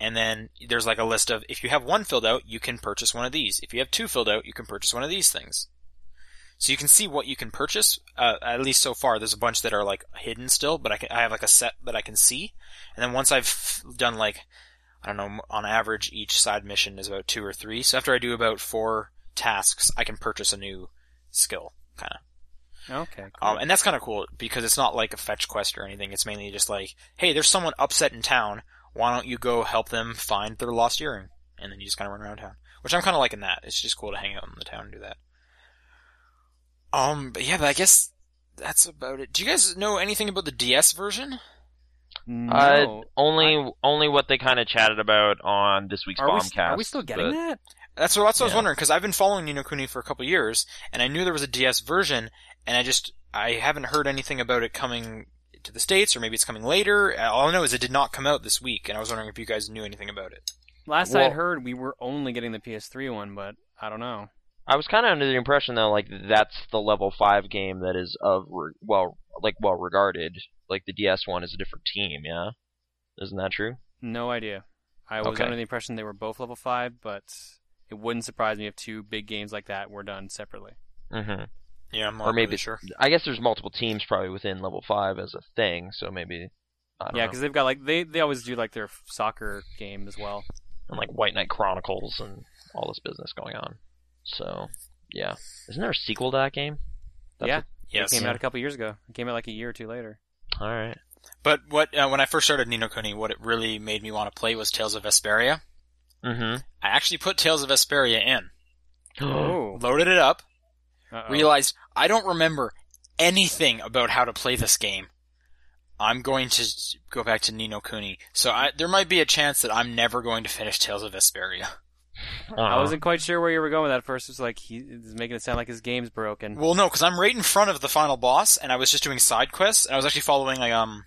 and then there's like a list of if you have one filled out, you can purchase one of these. If you have two filled out, you can purchase one of these things. So you can see what you can purchase, uh, at least so far. There's a bunch that are like hidden still, but I, can, I have like a set that I can see. And then once I've f- done like, I don't know, on average, each side mission is about two or three. So after I do about four tasks, I can purchase a new skill, kind of. Okay. Cool. Um, and that's kind of cool because it's not like a fetch quest or anything. It's mainly just like, hey, there's someone upset in town. Why don't you go help them find their lost earring? And then you just kind of run around town, which I'm kind of liking that. It's just cool to hang out in the town and do that. Um, but yeah, but I guess that's about it. Do you guys know anything about the DS version? Uh, no. Only only what they kind of chatted about on this week's are, we, bombcast. are we still getting but- that? That's what, that's what I was Yeah. wondering because I've been following Ni no Kuni for a couple years, and I knew there was a DS version, and I just I haven't heard anything about it coming to the states, or maybe it's coming later. All I know is it did not come out this week, and I was wondering if you guys knew anything about it. Last I Well- heard, we were only getting the PS3 one, but I don't know. I was kind of under the impression though, like that's the level five game that is of re- well, like well regarded. Like the DS one is a different team. Yeah, isn't that true? No idea. I was Okay. under the impression they were both level five, but it wouldn't surprise me if two big games like that were done separately. Mm-hmm. Yeah, I'm Or maybe- sure. I guess there's multiple teams probably within level five as a thing, so maybe I don't Yeah, know. because they've got like they they always do like their soccer game as well. and like White Knight Chronicles and all this business going on. So yeah, isn't there a sequel to that game? That's yeah, Yes. came out a couple years ago. It came out like a year or two later. a- all right. But what uh, when I first started Nino Kuni, what it really made me want to play was Tales of Vesperia. <gasps> Mm-hmm. I actually put Tales of Vesperia in, Oh, loaded it up, Uh-oh. realized I don't remember anything about how to play this game. I'm going to s- go back to Nino Kuni, so I, there might be a chance that I'm never going to finish Tales of Vesperia. Uh-huh. I wasn't quite sure where you were going with that at first. It's like he is making it sound like his game's broken. Well, no, because I'm right in front of the final boss, and I was just doing side quests, and I was actually following like um,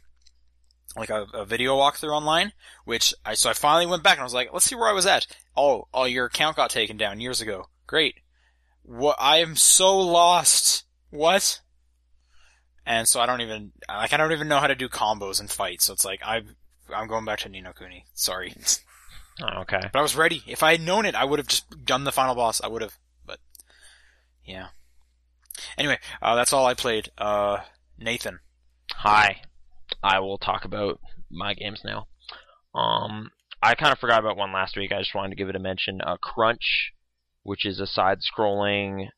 like a, a video walkthrough online, which I so I finally went back and I was like, let's see where I was at. Oh, oh, your account got taken down years ago. Great. What I am so lost. What? And so I don't even like I don't even know how to do combos and fights. So it's like I I'm going back to Nino Kuni. Sorry, Oh, okay. but I was ready. If I had known it, I would have just done the final boss. I would have. But yeah. Anyway, uh, that's all I played. Uh, Nathan. Hi. I will talk about my games now. Um, I kind of forgot about one last week. I just wanted to give it a mention. Uh, Crunch, which is a side-scrolling,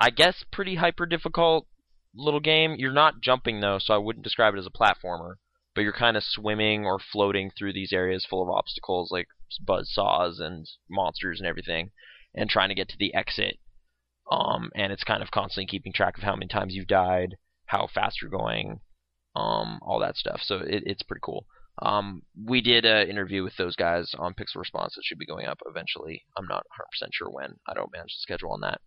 I guess, pretty hyper difficult little game. You're not jumping though, so I wouldn't describe it as a platformer. But you're kind of swimming or floating through these areas full of obstacles like buzz saws and monsters and everything, and trying to get to the exit. Um, and it's kind of constantly keeping track of how many times you've died, how fast you're going, um, all that stuff. So it, it's pretty cool. Um, we did an interview with those guys on Pixel Response. It should be going up eventually. I'm not 100% sure when. I don't manage the schedule on that.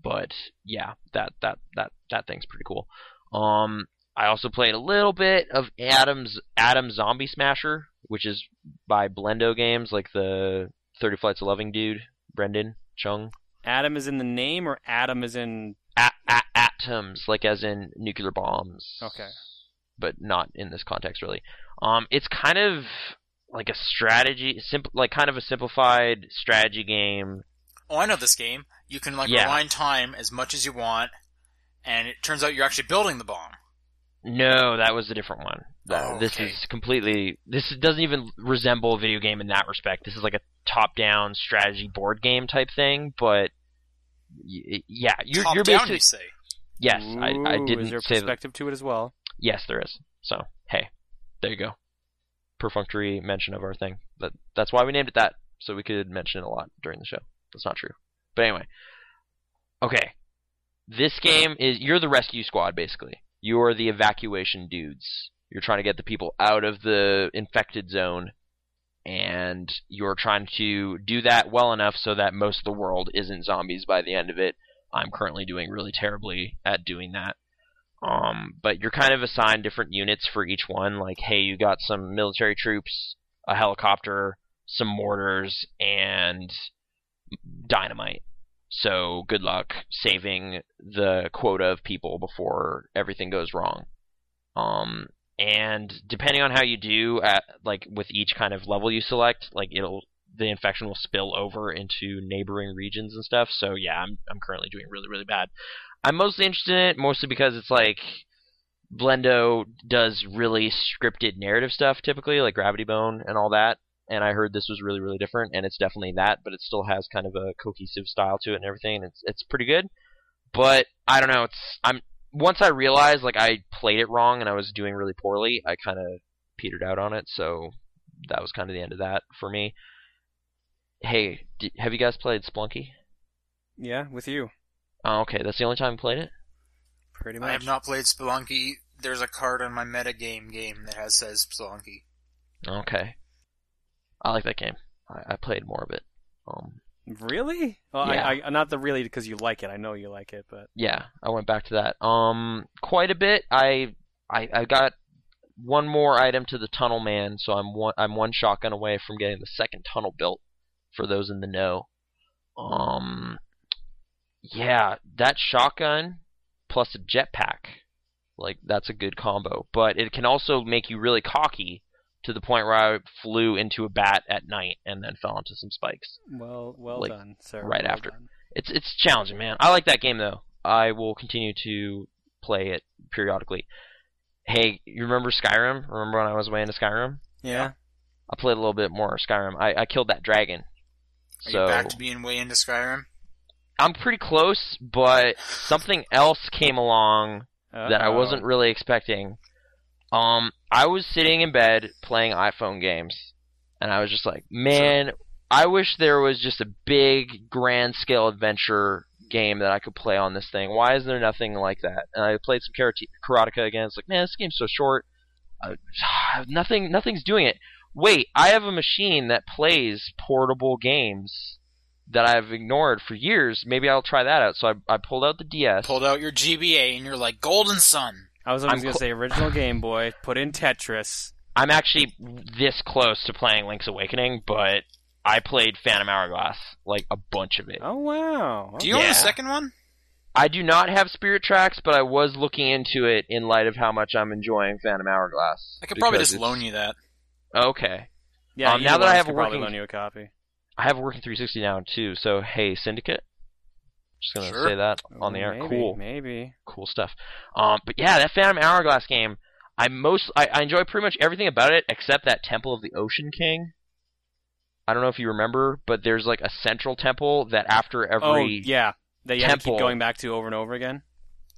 But yeah, that that that that thing's pretty cool. Um, I also played a little bit of Adam's Adam Zombie Smasher, which is by Blendo Games, like the 30 Flights of Loving dude, Brendan Chung. Adam is in the name, or Adam is in A- a- atoms, like as in nuclear bombs. Okay. But not in this context, really. Um, it's kind of like a strategy, simp- like kind of a simplified strategy game. Oh, I know this game. You can like Yeah. rewind time as much as you want, and it turns out you're actually building the bomb. No, that was a different one. Uh, Oh, This okay. is completely. This doesn't even resemble a video game in that respect. This is like a top-down strategy board game type thing, but y- yeah, you're, Top you're down, basically you say. yes. I, I Ooh, didn't Is there say that. perspective to it as well? Yes, there is. So hey, there you go. Perfunctory mention of our thing. That that's why we named it that, so we could mention it a lot during the show. That's not true. But anyway, okay. This game is you're the rescue squad basically. You are the evacuation dudes. You're trying to get the people out of the infected zone, and you're trying to do that well enough so that most of the world isn't zombies by the end of it. I'm currently doing really terribly at doing that. Um, but you're kind of assigned different units for each one. Like, hey, you got some military troops, a helicopter, some mortars, and dynamite. So good luck saving the quota of people before everything goes wrong. Um, and depending on how you do at like with each kind of level you select, like it'll the infection will spill over into neighboring regions and stuff. So yeah, I'm I'm currently doing really really bad. I'm mostly interested in it mostly because it's like Blendo does really scripted narrative stuff typically, like Gravity Bone and all that. And I heard this was really, really different, and it's definitely that, but it still has kind of a cohesive style to it and everything, and it's it's pretty good. But I don't know, it's I'm once I realized like I played it wrong and I was doing really poorly, I kind of petered out on it, so that was kind of the end of that for me. Hey, d have you guys played Splunky? Yeah, with you, Oh, okay, that's the only time I played it. pretty I have much. not played Spelunky. There's a card on my metagame game that has says Spelunky. Okay. I like that game. I, I played more of it. Um, Really? Well, Yeah. I, I, not the really because you like it. I know you like it, but yeah, I went back to that. Um, quite a bit. I, I, I got one more item to the Tunnel Man, so I'm one, I'm one shotgun away from getting the second tunnel built. For those in the know, um, yeah, that shotgun plus a jetpack, like that's a good combo. But it can also make you really cocky to the point where I flew into a bat at night and then fell onto some spikes. well, well Like, done, sir. right Well after. done. it's it's challenging, man. I like that game though. I will continue to play it periodically. hey, you remember Skyrim? Remember when I was way into Skyrim? Yeah. I played a little bit more Skyrim. I, I killed that dragon. Are so you back to being way into Skyrim? I'm pretty close, but something else came along that I Uh-oh. wasn't really expecting. Um, I was sitting in bed playing iPhone games, and I was just like, man, I wish there was just a big, grand scale adventure game that I could play on this thing. Why is there nothing like that? And I played some Karate- Karateka again. It's like, man, this game's so short. I, nothing, nothing's doing it. Wait, I have a machine that plays portable games that I've ignored for years. Maybe I'll try that out. So I, I pulled out the DS. Pulled out your GBA and you're like, Golden Sun. I was I'm always going cl- to say original Game Boy, put in <laughs> Tetris. I'm actually this close to playing Link's Awakening, but I played Phantom Hourglass like a bunch of it. Oh, wow. Do you own Yeah. the second one? I do not have Spirit Tracks, but I was looking into it in light of how much I'm enjoying Phantom Hourglass. I could probably because just it's- loan you that. Okay, Yeah, Um, either now that one I of us have could a probably working- loan you a copy. I have Working 360 now too. So hey, Syndicate. Just gonna Sure. say that on the air. Maybe, cool, Maybe. cool stuff. Um, but yeah, that Phantom Hourglass game. I most I, I enjoy pretty much everything about it except that Temple of the Ocean King. I don't know if you remember, but there's like a central temple that after every oh, yeah. They have to keep temple. going back to over and over again.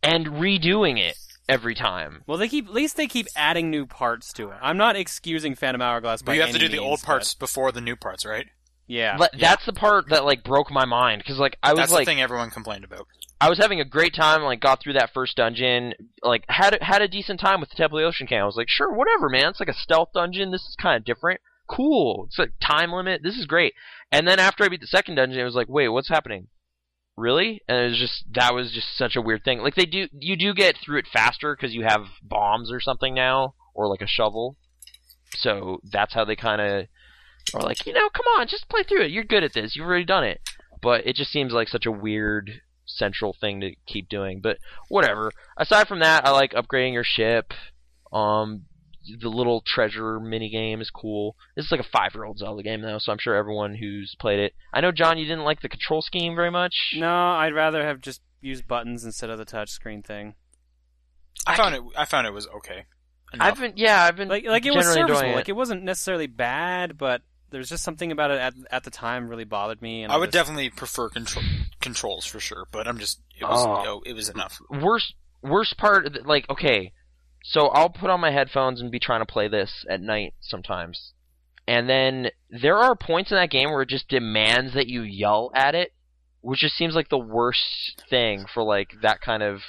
and redoing it every time. Well, they keep at least they keep adding new parts to it. I'm not excusing Phantom Hourglass, by But you have to any do the means, old but- parts before the new parts, right? Yeah, But That's the part that like broke my mind because like I was That's like the thing everyone complained about. I was having a great time like got through that first dungeon like had a, had a decent time with the Temple of the Ocean King. I was like sure whatever man it's like a stealth dungeon this is kind of different cool it's like time limit this is great and then after I beat the second dungeon it was like wait what's happening really and it was just that was just such a weird thing like they do you do get through it faster because you have bombs or something now or like a shovel so that's how they kind of are like you know come on just play through it you're good at this you've already done it but it just seems like such a weird central thing to keep doing but whatever aside from that i like upgrading your ship um the little treasure mini game is cool this is like a five year old zelda game though so i'm sure everyone who's played it i know john you didn't like the control scheme very much No, I'd rather have just used buttons instead of the touch screen thing. I I found it. I found it was okay. I've Enough. been, yeah, I've been Like, like it was generally serviceable. enjoying Like it wasn't necessarily bad, but there's just something about it at, at the time really bothered me. And I would just- definitely prefer control controls for sure, but I'm just it was Oh. oh, it was enough. worst worst part of the- like okay so i'll put on my headphones and be trying to play this at night sometimes and then there are points in that game where it just demands that you yell at it which just seems like the worst thing for like that kind of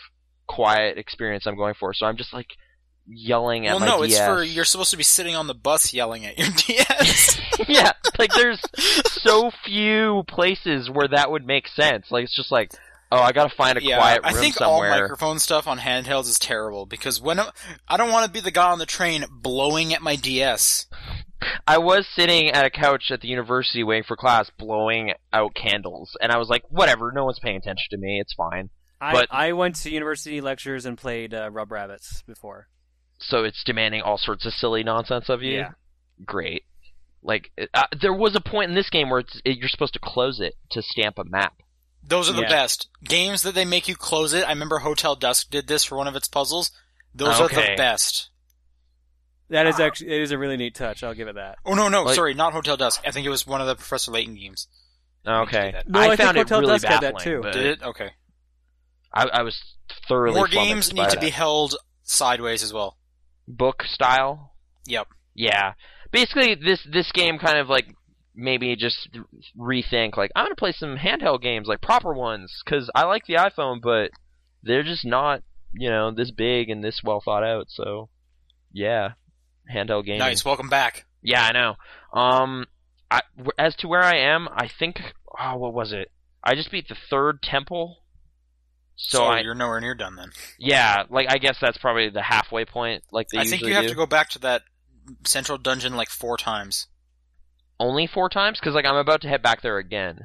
quiet experience i'm going for so i'm just like yelling at Well, my no, it's DS. for <laughs> you're supposed to be sitting on the bus yelling at your <laughs> DS. yeah, like there's so few places where that would make sense. Like it's just like, oh, I gotta find a yeah, quiet I room think somewhere. all microphone stuff on handhelds is terrible because when I, I don't want to be the guy on the train blowing at my DS. I was sitting at a couch at the university waiting for class, blowing out candles, and I was like, "Whatever, no one's paying attention to me. It's fine." I, but- I went to university lectures and played uh, Rub Rabbits before. So it's demanding all sorts of silly nonsense of you. Yeah. Great. Like it- uh, there was a point in this game where it's, it, you're supposed to close it to stamp a map. Those are the Yeah. best games that they make you close it. I remember Hotel Dusk did this for one of its puzzles. Those are Okay. the best. That is actually it is a really neat touch. I'll give it that. Oh no, no, Like- sorry, not Hotel Dusk. I think it was one of the Professor Layton games. Okay. that. No, I think found it Hotel really Dusk had that baffling, too. but Did it? Okay. I, I was thoroughly More flummoxed games by need to that. be held sideways as well. book style. Yep. Yeah. Basically, this this game kind of like maybe just rethink like I'm gonna play some handheld games like proper ones because I like the iPhone, but they're just not you know this big and this well thought out. So yeah, handheld games. Nice. Welcome back. Yeah, I know. Um, I, w- as to where I am, I think oh, what was it? I just beat the third temple. So So I, you're nowhere near done then. yeah, like I guess that's probably the halfway point. Like they I think usually you have do. to go back to that central dungeon like four times. only four times because like I'm about to head back there again.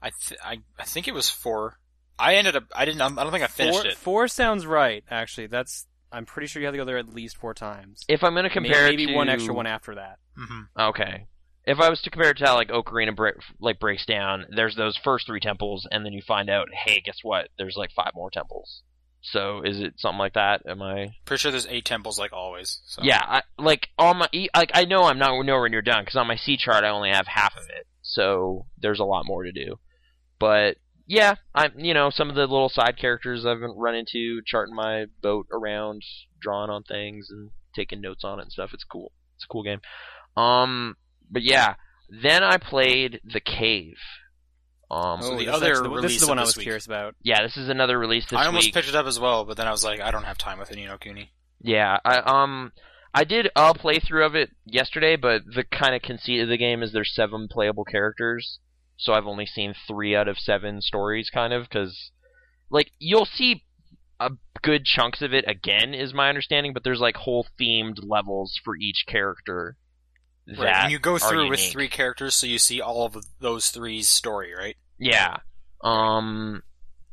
I th- I, I think it was four. I ended up. I didn't. I don't think I finished four, it. four sounds right. Actually, that's I'm pretty sure you have to go there at least four times. If I'm gonna May- compare it maybe to, one extra one after that. Mm-hmm. Okay. If I was to compare it to how, like Ocarina break, like breaks down, there's those first three temples, and then you find out, hey, guess what? There's like five more temples. So is it something like that? Am I? Pretty sure there's eight temples like always. So. Yeah, I, like on my E- like I know I'm not nowhere near done because on my C chart I only have half of it, so there's a lot more to do. But yeah, I'm you know some of the little side characters I've run into, charting my boat around, drawing on things and taking notes on it and stuff. It's cool. It's a cool game. Um, but yeah, then I played The Cave. Um, Oh, So the this is other actually- this release is the of one I this was week. curious about. yeah, this is another release this I almost week. picked it up as well, but then I was like, I don't have time with an Inokuni. Yeah, I um I did a playthrough of it yesterday, but the kind of conceit of the game is there's seven playable characters, so I've only seen three out of seven stories, kind of, because like you'll see a good chunks of it again, is my understanding, but there's like whole themed levels for each character. That Right. And you go are through with unique. three characters, so you see all of those three's story, right? Yeah. Um,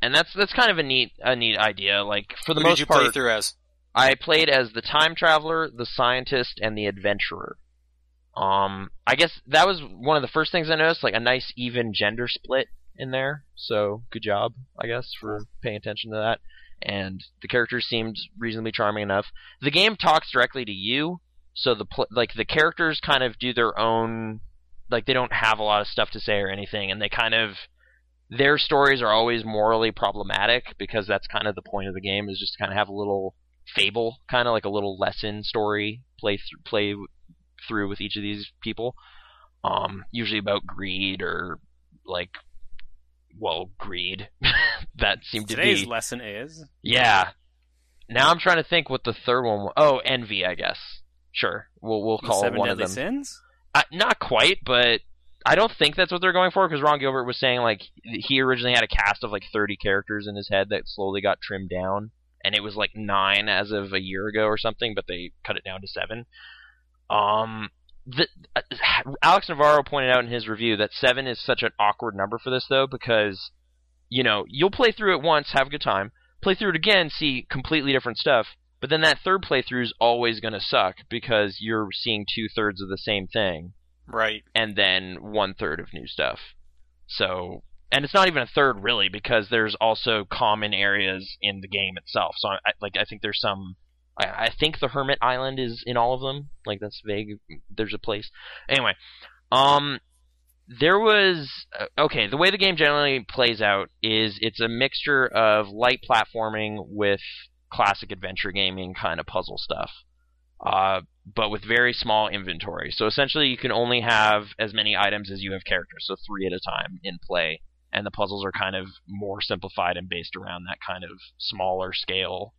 and that's that's kind of a neat a neat idea. Like for the Who most did you part, play through as? I played as the time traveler, the scientist, and the adventurer. Um, I guess that was one of the first things I noticed, like a nice even gender split in there. So good job, I guess, for paying attention to that. And the characters seemed reasonably charming enough. The game talks directly to you, so the pl- like the characters kind of do their own, like they don't have a lot of stuff to say or anything, and they kind of their stories are always morally problematic because that's kind of the point of the game is just to kind of have a little fable, kind of like a little lesson story play through, play w- through with each of these people. Um, usually about greed or like, well, greed. <laughs> that seemed to Today's be lesson is yeah. Now I'm trying to think what the third one. Was. Oh, envy, I guess. Sure, we'll we'll the call it seven one of deadly them. sins. I, not quite, but I don't think that's what they're going for because Ron Gilbert was saying like he originally had a cast of like 30 characters in his head that slowly got trimmed down, and it was like nine as of a year ago or something, but they cut it down to seven. Um, the, uh, Alex Navarro pointed out in his review that seven is such an awkward number for this though because you know you'll play through it once, have a good time, play through it again, see completely different stuff. But then that third playthrough is always going to suck because you're seeing two thirds of the same thing Right. and then one third of new stuff. So, and it's not even a third really, because there's also common areas in the game itself. So, I, I- like, I think there's some. I, I think the Hermit Island is in all of them. Like, that's vague. There's a place. Anyway, um, there was uh, okay. The way the game generally plays out is it's a mixture of light platforming with classic adventure gaming kind of puzzle stuff. Uh, but with very small inventory. So essentially, you can only have as many items as you have characters, so three at a time in play. And the puzzles are kind of more simplified and based around that kind of smaller scale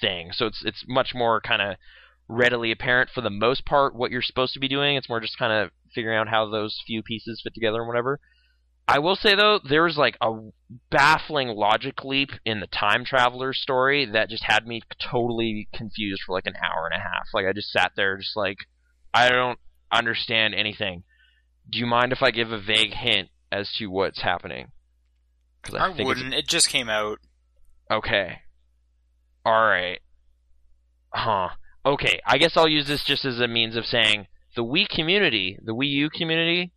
thing. So it's it's much more kind of readily apparent for the most part what you're supposed to be doing. It's more just kind of figuring out how those few pieces fit together and whatever. I will say though, there was like a baffling logic leap in the time traveler story that just had me totally confused for like an hour and a half. Like I just sat there just like I don't understand anything. Do you mind if I give a vague hint as to what's happening? 'Cause I, think it's- wouldn't. It just came out. Okay. All right. Huh. Okay. I guess I'll use this just as a means of saying the Wii community, the Wii U community.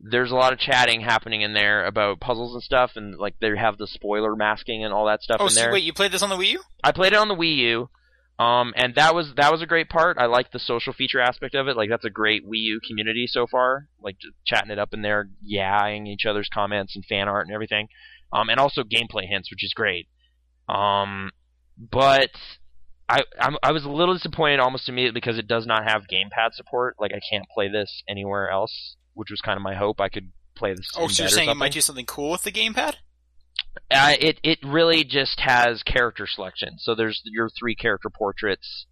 There's a lot of chatting happening in there about puzzles and stuff, and like they have the spoiler masking and all that stuff Oh, in so there. wait, you played this on the Wii U? I played it on the Wii U, um, and that was that was a great part. I like the social feature aspect of it. Like that's a great Wii U community so far. Like just chatting it up in there, yahing each other's comments and fan art and everything, um, and also gameplay hints, which is great. Um, but I I'm, I was a little disappointed almost immediately because it does not have gamepad support. Like I can't play this anywhere else, which was kind of my hope. I could play this. Oh, in so bed you're or saying it something. might do something cool with the gamepad? Uh, it it really just has character selection. So there's your three character portraits,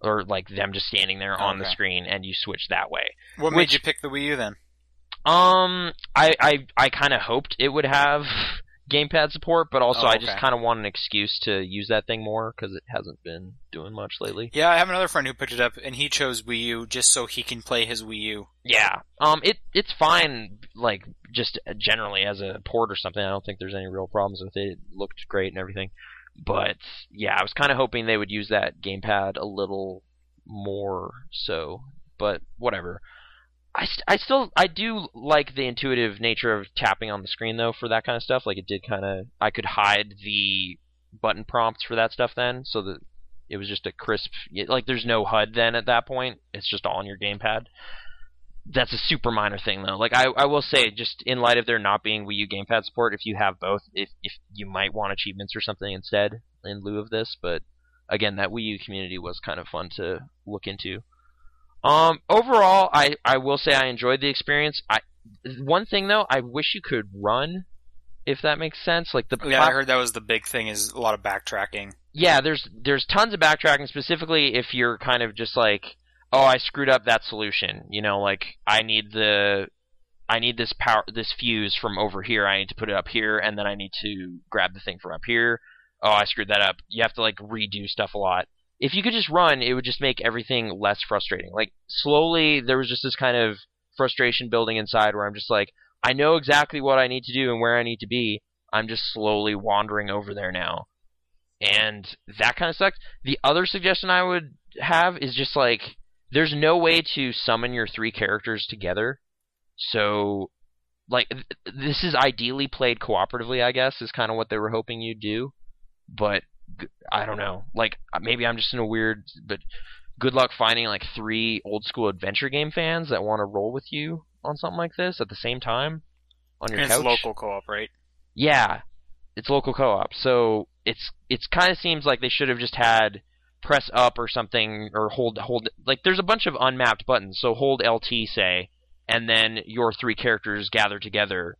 or like them just standing there on the Okay. screen, and you switch that way. What Which- made you pick the Wii U then? Um, I I, I kind of hoped it would have <laughs> gamepad support, but also Oh, I just okay. kind of want an excuse to use that thing more because it hasn't been doing much lately. Yeah, I have another friend who picked it up, and he chose Wii U just so he can play his Wii U. Yeah. Um. It it's fine. Like just generally as a port or something. I don't think there's any real problems with it. It looked great and everything. But yeah, I was kind of hoping they would use that gamepad a little more. So, but whatever. I, st- I still I do like the intuitive nature of tapping on the screen though for that kind of stuff. Like it did kind of I could hide the button prompts for that stuff then, so that it was just a crisp. y- Like there's no HUD then at that point. It's just on your gamepad. That's a super minor thing though. Like I, I will say, just in light of there not being Wii U gamepad support, if you have both, if if you might want achievements or something instead in lieu of this, but again, that Wii U community was kind of fun to look into. Um, overall, I, I will say I enjoyed the experience. I one thing though, I wish you could run, if that makes sense. Like the Yeah, I plat- heard that was the big thing is a lot of backtracking. yeah, there's there's tons of backtracking. Specifically, if you're kind of just like, oh, I screwed up that solution. You know, like I need the I need this power this fuse from over here. I need to put it up here, and then I need to grab the thing from up here. Oh, I screwed that up. You have to like redo stuff a lot. If you could just run, it would just make everything less frustrating. Like slowly, there was just this kind of frustration building inside where I'm just like, I know exactly what I need to do and where I need to be. I'm just slowly wandering over there now and that kind of sucks. The other suggestion I would have is just like there's no way to summon your three characters together, so like th- this is ideally played cooperatively, I guess is kind of what they were hoping you'd do, but g- I don't know. Like uh, maybe I'm just in a weird, but good luck finding like three old school adventure game fans that want to roll with you on something like this at the same time on your And it's couch. local co-op, right? Yeah, it's local co-op, so it's it's kind of seems like they should have just had press up or something or hold hold like there's a bunch of unmapped buttons, so hold LT say, and then your three characters gather together,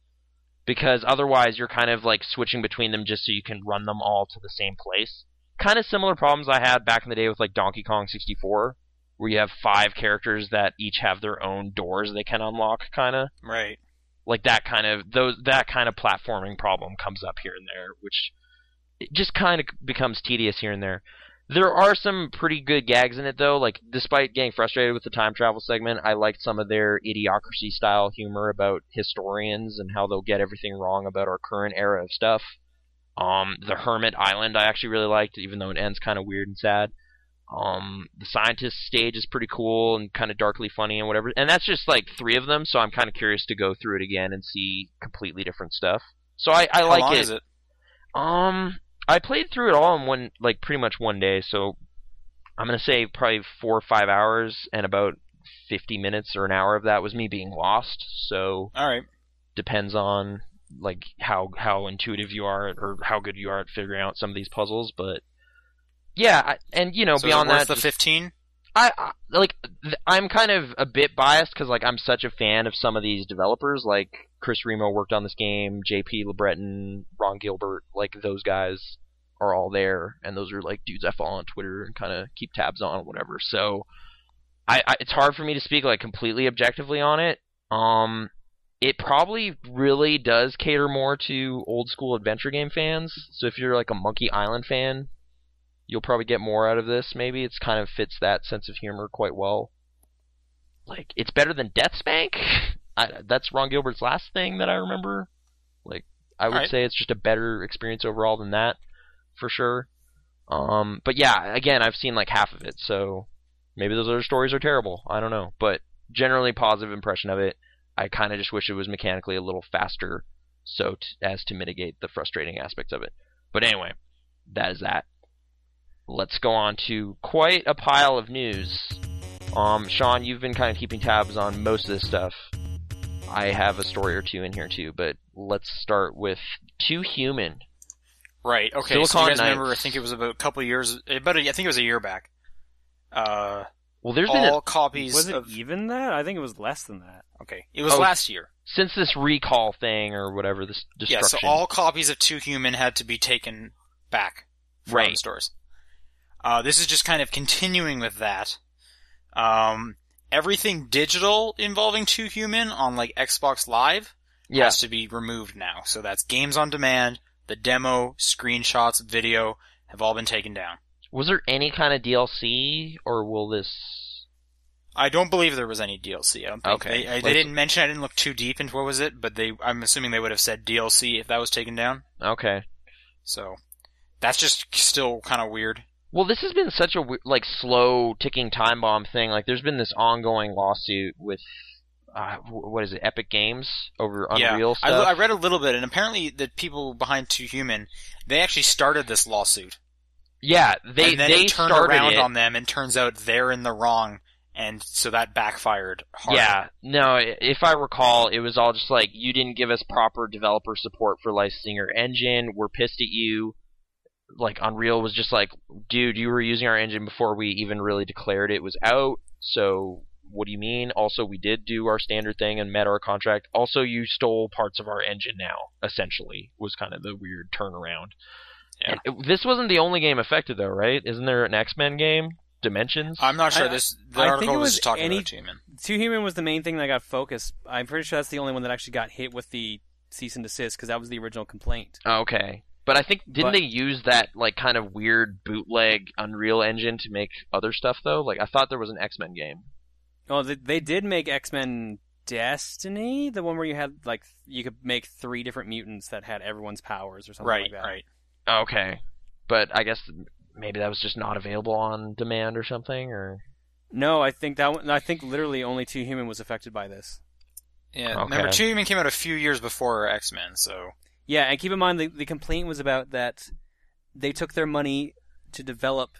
because otherwise you're kind of like switching between them just so you can run them all to the same place. Kind of similar problems I had back in the day with like Donkey Kong 64, where you have five characters that each have their own doors they can unlock, kind of Right. like that kind of those that kind of platforming problem comes up here and there, which it just kind of becomes tedious here and there. There are some pretty good gags in it though. Like despite getting frustrated with the time travel segment, I liked some of their idiocracy style humor about historians and how they'll get everything wrong about our current era of stuff. Um, the Hermit Island I actually really liked, even though it ends kind of weird and sad. Um, the scientist stage is pretty cool and kind of darkly funny and whatever. And that's just like three of them, so I'm kind of curious to go through it again and see completely different stuff. So I, I How like long it. is it? Um, I played through it all in one, like pretty much one day. So I'm gonna say probably four or five hours, and about 50 minutes or an hour of that was me being lost. So All right. depends on like how how intuitive you are or how good you are at figuring out some of these puzzles. But yeah, I, and you know so is it beyond worth that, the just- 15? I, I like th- I'm kind of a bit biased because like I'm such a fan of some of these developers. Like Chris Remo worked on this game, J.P. LeBreton, Ron Gilbert, like those guys are all there, and those are like dudes I follow on Twitter and kind of keep tabs on, whatever. So I, I it's hard for me to speak like completely objectively on it. Um, it probably really does cater more to old school adventure game fans. So if you're like a Monkey Island fan, you'll probably get more out of this. Maybe it's kind of fits that sense of humor quite well. Like it's better than Death's Bank. <laughs> I, that's Ron Gilbert's last thing that I remember. Like I would Alright. say it's just a better experience overall than that, for sure. Um, but yeah, again, I've seen like half of it, so maybe those other stories are terrible. I don't know, but generally positive impression of it. I kind of just wish it was mechanically a little faster, so t- as to mitigate the frustrating aspects of it. But anyway, that is that. Let's go on to quite a pile of news. Um, Sean, you've been kind of keeping tabs on most of this stuff. I have a story or two in here too, but let's start with Too Human. Right. Okay. so Silicon you guys remember? I Knights. think it was about a couple of years. About a, I think it was a year back. Uh, Well, there's been all a, E- copies was it of. even that? I think it was less than that. Okay. It was Oh, last year. since this recall thing or whatever this Yeah. So destruction. all copies of Two Human had to be taken back from Right. stores. Uh, this is just kind of continuing with that. Um, everything digital involving Two Human on like Xbox Live yeah, has to be removed now. So that's games on demand, the demo, screenshots, video have all been taken down. was there any kind of DLC or will this? I don't believe there was any DLC. I don't think Okay. they, I, they Let's- didn't mention. I didn't look too deep into what was it, but they. I'm assuming they would have said DLC if that was taken down. Okay. So that's just still kind of weird. Well, this has been such a we- like slow ticking time bomb thing. Like, there's been this ongoing lawsuit with uh, wh- what is it? Epic Games over Yeah. Unreal I, stuff. I read a little bit, and apparently the people behind Two Human, they actually started this lawsuit. yeah, they and then they it turned started around it. on them, and turns out they're in the wrong, and so that backfired hard. Yeah, no. i- If I recall, it was all just like you didn't give us proper developer support for licensing your engine. We're pissed at you. Like Unreal was just like, dude, you were using our engine before we even really declared it was out. So what do you mean? Also, we did do our standard thing and met our contract. Also, you stole parts of our engine now. Essentially, was kind of the weird turnaround. Yeah. And this wasn't the only game affected though, right? Isn't there an X Men game? Dimensions. I'm not sure. I- this the I think article it was was just talking any- about Two Human. Two Human was the main thing that got focused. I'm pretty sure that's the only one that actually got hit with the cease and desist because that was the original complaint. Oh, Okay. But I think didn't But- they use that like kind of weird bootleg Unreal Engine to make other stuff though? Like I thought there was an X Men game. Oh, they, they did make X Men Destiny, the one where you had like th- you could make three different mutants that had everyone's powers or something Right, like that. right. Oh, Okay. But I guess maybe that was just not available on demand or something. Or No, I think that one. I think literally only Two Human was affected by this. Yeah, Okay. remember Two Human came out a few years before X Men, so Yeah, and keep in mind the, the complaint was about that they took their money to develop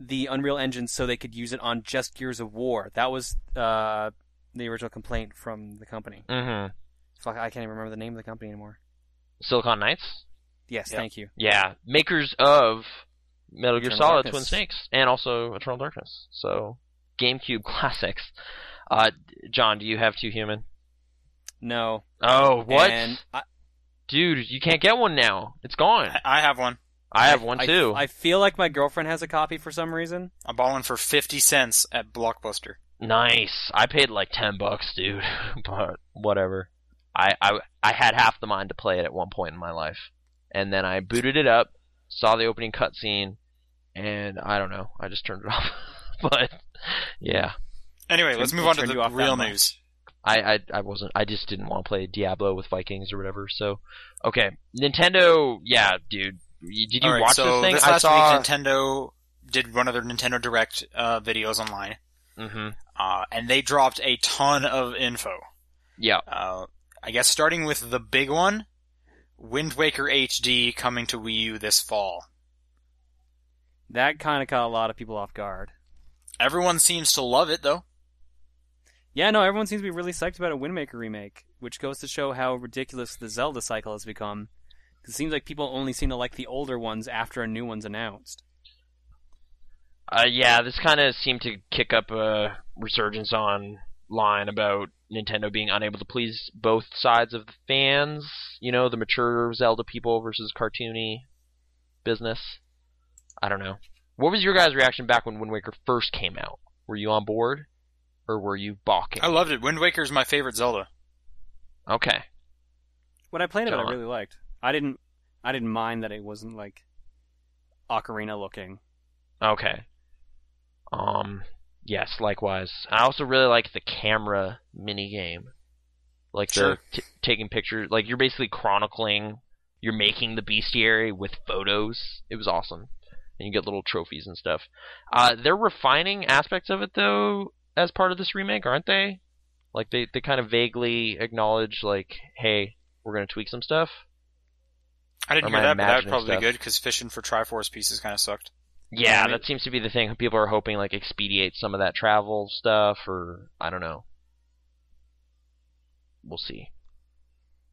the Unreal Engine so they could use it on just Gears of War. That was uh, the original complaint from the company. mm-hmm. Fuck, I can't even remember the name of the company anymore. Silicon Knights. Yes, Yeah. thank you. Yeah, makers of Metal Gear Eternal Solid, Darkness. Twin Snakes, and also Eternal Darkness. So GameCube <laughs> classics. Uh, John, do you have Two Human? No. Oh, what, And I, dude? You can't get one now. It's gone. I, I have one. I have one I- too. I feel like my girlfriend has a copy for some reason. I bought one for fifty cents at Blockbuster. Nice. I paid like ten bucks, dude. <laughs> but whatever. I, I I had half the mind to play it at one point in my life, and then I booted it up, saw the opening cutscene, and I don't know. I just turned it <laughs> off. but yeah, Anyway, Turn- let's move it on to turned you the off real that much. news. I, I I wasn't. I just didn't want to play Diablo with Vikings or whatever. So okay, Nintendo. Yeah, dude. You- Did you All right, watch so this thing? This I last saw. week, Nintendo did one of their Nintendo Direct uh, videos online, hmm uh, and they dropped a ton of info. Yeah. Uh, I guess starting with the big one, Wind Waker HD coming to Wii U this fall. That kind of caught a lot of people off guard. Everyone seems to love it though. Yeah, no, everyone seems to be really psyched about a Wind Waker remake, which goes to show how ridiculous the Zelda cycle has become. 'Cause It seems like people only seem to like the older ones after a new one's announced. Uh, yeah, this kind of seemed to kick up a resurgence online about Nintendo being unable to please both sides of the fans. You know, the mature Zelda people versus cartoony business. I don't know. What was your guys' reaction back when Wind Waker first came out? Were you on board, or were you balking? I loved it. Wind Waker is my favorite Zelda. Okay. What I played of it, I John. really liked. I didn't, I didn't mind that it wasn't like Ocarina looking. Okay. Um. Yes. Likewise. I also really like the camera mini game, like Sure. the t- taking pictures. Like you're basically chronicling. You're making the bestiary with photos. It was awesome, and you get little trophies and stuff. Uh, they're refining aspects of it though, as part of this remake, aren't they? Like they they kind of vaguely acknowledge like, hey, we're gonna tweak some stuff. I didn't Or hear am I that, but that would imagining probably stuff? be good because fishing for Triforce pieces kind of sucked. Yeah, I mean- that seems to be the thing. People are hoping like expediate some of that travel stuff, or I don't know. We'll see.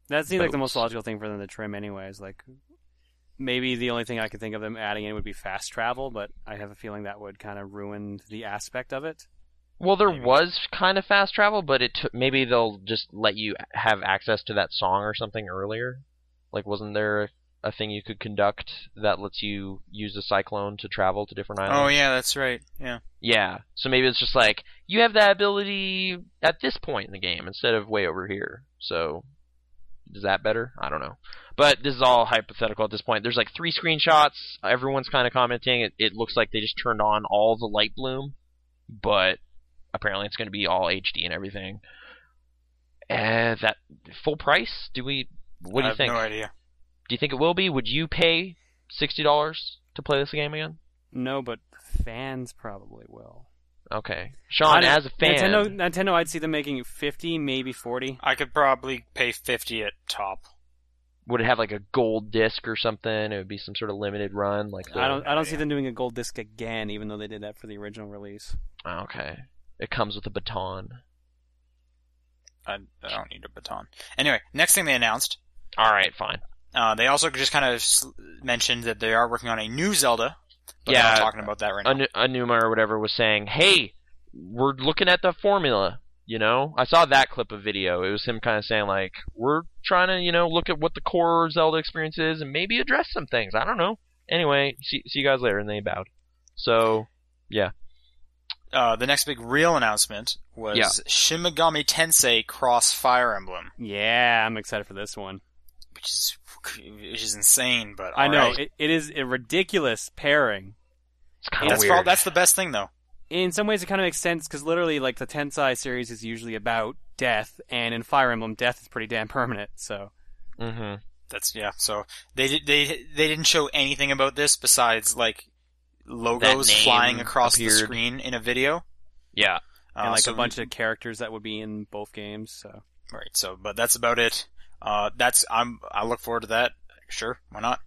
That seems like the most Boats. logical thing for them to trim, anyways. Like, maybe the only thing I could think of them adding in would be fast travel, but I have a feeling that would kind of ruin the aspect of it. Well, there Maybe. was kind of fast travel, but it took maybe they'll just let you have access to that song or something earlier. Like, wasn't there a thing you could conduct that lets you use the cyclone to travel to different islands? Oh yeah, that's right. Yeah. Yeah. So maybe it's just like you have that ability at this point in the game instead of way over here. So is that better? I don't know. But this is all hypothetical at this point. There's like three screenshots. Everyone's kind of commenting. It, it looks like they just turned on all the light bloom, but apparently it's going to be all HD and everything. Uh, that full price? Do we? I What do you have think? No idea. do you think it will be? Would you pay sixty dollars to play this game again? No, but fans probably will. Okay, Sean, I- as a fan, Nintendo, Nintendo, I'd see them making 50, maybe 40. I could probably pay fifty at top. would it have like a gold disc or something? It would be some sort of limited run, like the, I don't, I don't see yeah. them doing a gold disc again, even though they did that for the original release. Oh, okay, it comes with a baton. I, I don't need a baton. Anyway, next thing they announced, All right, fine. uh, they also just kind of s- mentioned that they are working on a new Zelda. But yeah, Yeah. not talking about that right now. Anu- Anuma or whatever was saying, "Hey, we're looking at the formula." You know, I saw that clip of video. It was him kind of saying like, "We're trying to, you know, look at what the core Zelda experience is and maybe address some things." I don't know. Anyway, see, see you guys later, and they bowed. So uh, the next big real announcement was Yeah. Shin Megami Tensei Cross Fire Emblem, Yeah, I'm excited for this one. which is which is insane. But I know alright. it, it is a ridiculous pairing. it's kind of that's weird. prob- that's the best thing though. In some ways, it kind of makes sense because literally, like the Tensei series is usually about death, and in Fire Emblem, death is pretty damn permanent. So hmm That's yeah. So they did, they they didn't show anything about this besides like logos That name flying across the appeared. screen in a video. Yeah. Uh, and like so- a bunch of characters that would be in both games. So right. So, but that's about it. Uh, that's I'm I look forward to that. Sure, why not?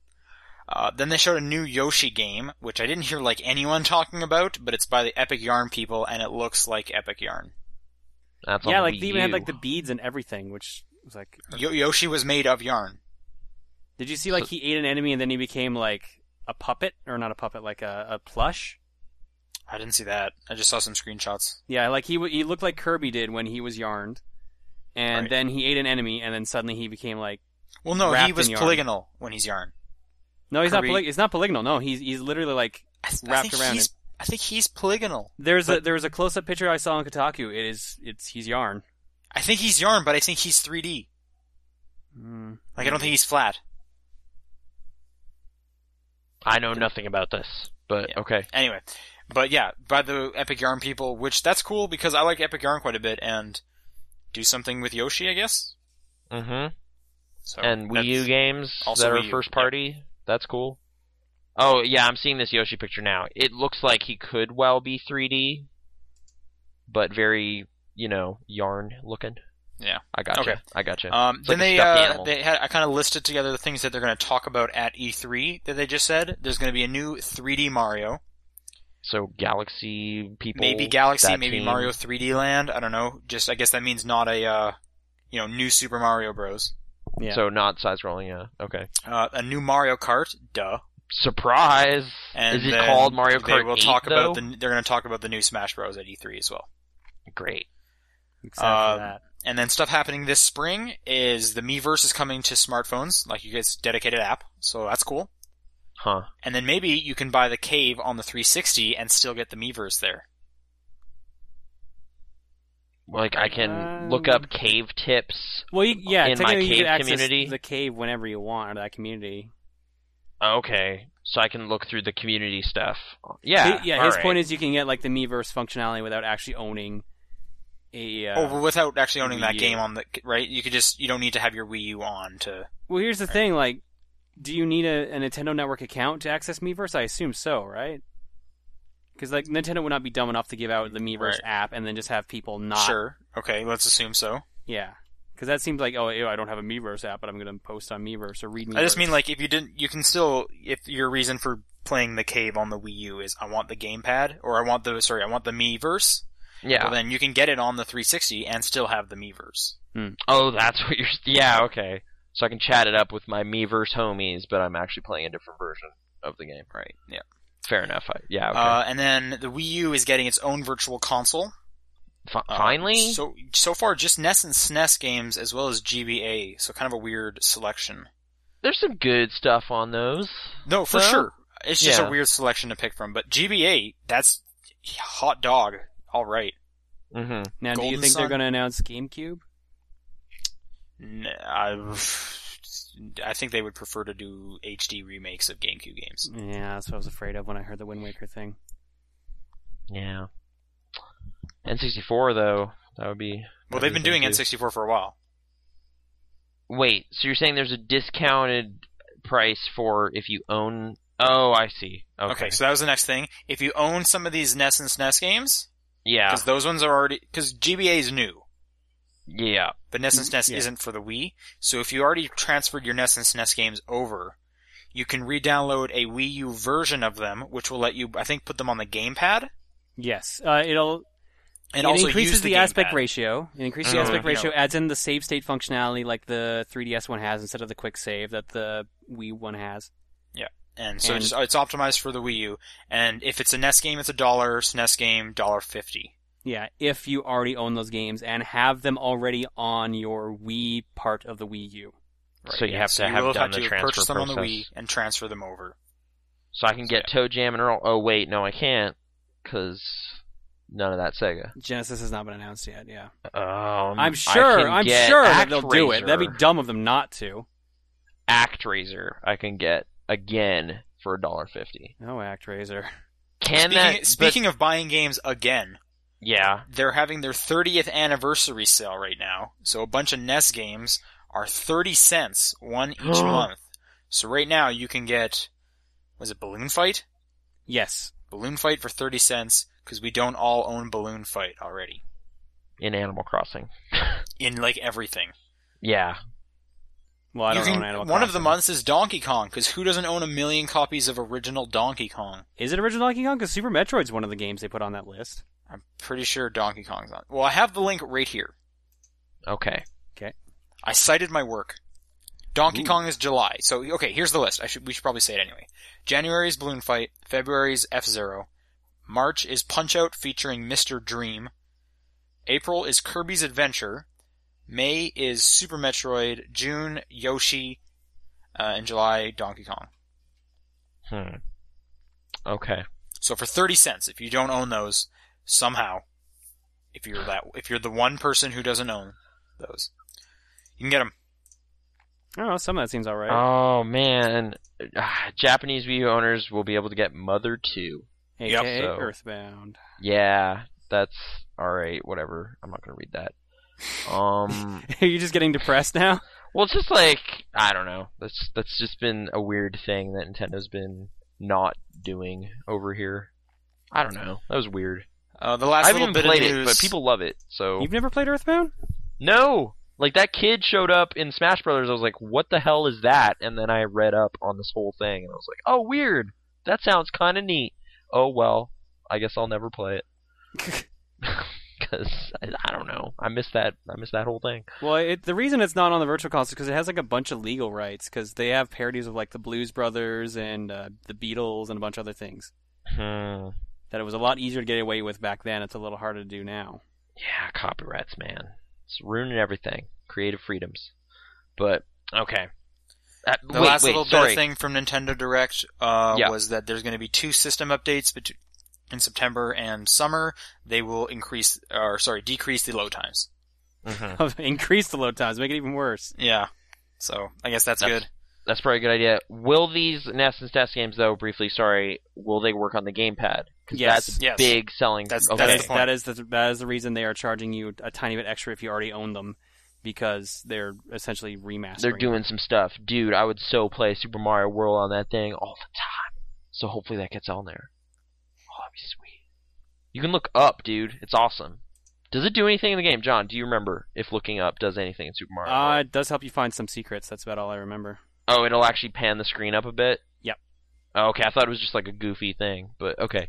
Uh, then they showed a new Yoshi game, which I didn't hear like anyone talking about, but it's by the Epic Yarn people, and it looks like Epic Yarn. That's yeah, on like Wii they even had U. like the beads and everything, which was like. Yo- Yoshi was made of yarn. Did you see like So- he ate an enemy and then he became like a puppet or not a puppet, like a, a plush? I didn't see that. I just saw some screenshots. Yeah, like he w- he looked like Kirby did when he was yarned, and Right. then he ate an enemy and then suddenly he became like Well, no, Wrapped he in was yarn. polygonal when he's yarn. no, he's Kirby- not poly- it's not polygonal. No, he's he's literally like I, th- I Wrapped think around he's- I think he's polygonal. There's a But- there was a close up picture I saw on Kotaku. It is it's he's yarn. I think he's yarn, but I think he's 3D. Mm. Like I don't think he's flat. I know nothing about this, but Yeah. okay. Anyway, but yeah, by the Epic Yarn people, which that's cool because I like Epic Yarn quite a bit, and do something with Yoshi, I guess. hmm So and Wii U that's- games also that Wii are U, first yeah. party. That's cool. Oh yeah, I'm seeing this Yoshi picture now. It looks like he could well be 3D, but very you know yarn looking. Yeah. I gotcha. Okay. I gotcha. Um, It's then like a they stuffed uh, animal. they had I kind of listed together the things that they're going to talk about at E3 that they just said. There's going to be a new 3D Mario, so Galaxy people, maybe Galaxy, that maybe team. Mario 3D Land. I don't know. Just I guess that means not a uh, you know new Super Mario Bros. Yeah. So not size rolling. Yeah. Okay. Uh, a new Mario Kart, duh. Surprise! And Is it then called Mario They Kart will 8, talk though? about the. They're going to talk about the new Smash Bros at E3 as well. Great. except uh, for that. And then stuff happening this spring is the Miiverse is coming to smartphones, like you guys dedicated app, so that's cool. Huh. And then maybe you can buy the cave on the 360 and still get the Miiverse there. Like I can look Um, up cave tips. Well, you, yeah, in my technically you cave could access community? the cave whenever you want or that community. Okay. So I can look through the community stuff. Yeah. He- yeah. His point is you can get like the Miiverse functionality without actually owning a. Uh, Oh, but without actually owning that Wii U. game on the right, you could just you don't need to have your Wii U on to. Well, here's the thing. Like, do you need a, a Nintendo Network account to access Miiverse? I assume so, right? Because like Nintendo would not be dumb enough to give out the Miiverse Right. app and then just have people not. Sure. Okay, let's assume so. Yeah. Because that seems like oh ew, I don't have a Miiverse app, but I'm going to post on Miiverse or read. Miiverse. I just mean like if you didn't, you can still if your reason for playing the cave on the Wii U is I want the gamepad or I want the sorry I want the Miiverse. Yeah. Well, then you can get it on the 360 and still have the Miiverse. Oh, that's what you're. Yeah, okay. So I can chat it up with my Meverse homies, but I'm actually playing a different version of the game. Right. Yeah. Fair enough. I, yeah. Okay. Uh, and then the Wii U is getting its own virtual console. Fi- Uh, finally. So so far, just NES and SNES games as well as GBA. So kind of a weird selection. There's some good stuff on those. No, for Well, sure. It's just yeah. a weird selection to pick from. But GBA, that's hot dog. All right. hmm Mm-hmm. now, do you Golden think Sun? they're going to announce GameCube? N- I, I think they would prefer to do HD remakes of GameCube games. Yeah, that's what I was afraid of when I heard the Wind Waker thing. Yeah. N64 though, that would be. Well, that'd be they've been good, doing too. N64 for a while. Wait, so you're saying there's a discounted price for if you own? Oh, I see. Okay. E Okay. so that was the next thing. If you own some of these NES and SNES games, Yeah. because those ones are already because GBA is new. Yeah. But NES and SNES Yeah. isn't for the Wii. So if you already transferred your NES and SNES games over, you can re-download a Wii U version of them, which will let you, I think, put them on the gamepad Yes, uh, it'll it and also increases use the, aspect gamepad. ratio. It increases the Mhm. aspect Yeah. ratio, adds in the save state functionality like the 3DS one has instead of the quick save that the Wii one has. And so And- it's, it's optimized for the Wii U. And if it's a NES game, it's a dollar. SNES game, dollar fifty. Yeah, if you already own those games and have them already on your Wii part of the Wii U. So you have to you have will done have the to transfer purchase them on the process. Wii and transfer them over. So I can get Toe Jam and Earl. Oh wait, no, I can't, cause none of that Sega. Genesis has not been announced yet. Yeah, Um, I'm I sure. can I'm get sure that Act they'll do it. That'd be Razor. dumb of them not to. Actraiser. I can get again for a dollar fifty. No ActRaiser. speaking Can that? but- speaking of buying games again, yeah, they're having their 30th anniversary sale right now. So a bunch of NES games are 30 cents <gasps> one each month. So right now you can get was it Balloon Fight? Yes. Balloon Fight for 30 cents because we don't all own Balloon Fight already in Animal Crossing. in like everything. Yeah, Well, I don't You can- own Animal one of the Crossing. months is Donkey Kong because who doesn't own a million copies of original Donkey Kong? Is it original Donkey Kong? Because Super Metroid's one of the games they put on that list. I'm pretty sure Donkey Kong's on. Well, I have the link right here. okay. I cited my work. Donkey Ooh. Kong is July. So okay, here's the list. I should we should probably say it anyway. January's Balloon Fight, February's F Zero, March is Punch Out featuring Mr. Dream. April is Kirby's Adventure. May is Super Metroid. June Yoshi, uh, and July Donkey Kong. Hmm. Okay. So for thirty cents, if you don't own those somehow, if you're that if you're the one person who doesn't own those, you can get them. I don't know. Some of that seems all right. Oh man, Ah, Japanese Wii U owners will be able to get Mother 2. yep, AKA so- Earthbound. <laughs> Yeah, that's all right. Whatever. I'm not gonna read that. Um. Are you just getting depressed now? Well, it's just like I don't know. That's that's just been a weird thing that Nintendo's been not doing over here. I don't know. That was weird. Uh, the last I haven't little even bit played of it, news, but people love it. So You've never played Earthbound? <laughs> no, like that kid showed up in Smash Brothers. I was like, what the hell is that? And then I read up on this whole thing, and I was like, oh, weird. That sounds kind of neat. Oh well, I guess I'll never play it because I, I don't know. I missed that. I missed that whole thing. Well, it, the reason it's not on the virtual console is because it has like a bunch of legal rights because they have parodies of like the Blues Brothers and uh, the Beatles and a bunch of other things. Hmm. That it was a lot easier to get away with back then. It's a little harder to do now. <laughs> Yeah, copyrights, man. It's ruining everything. Creative freedoms. But okay. That, The wait, last wait, little bit sorry. of thing from Nintendo Direct uh, Yeah. was that there's going to be two system updates bet- in September and summer. They will increase, or sorry, decrease the load times. Mhm. Increase the load times, make it even worse. Yeah. So I guess that's, That's- good. That's probably a good idea. Will these NES and SNES games, though, briefly, sorry, will they work on the gamepad? Because Yes. that's Yes. big selling. That's- okay. that's That the is- point. that is the that is the reason they are charging you a tiny bit extra if you already own them because they're essentially remastering. They're doing some stuff. Dude, I would so play Super Mario World on that thing all the time. So hopefully that gets on there. Oh, that'd be sweet. You can look up, dude. It's awesome. Does it do anything in the game? John, do you remember if looking up does anything in Super Mario World? Uh, it does help you find some secrets. That's about all I remember. Oh, it'll actually pan the screen up a bit. Yep. Oh, okay, I thought it was just like a goofy thing, but okay.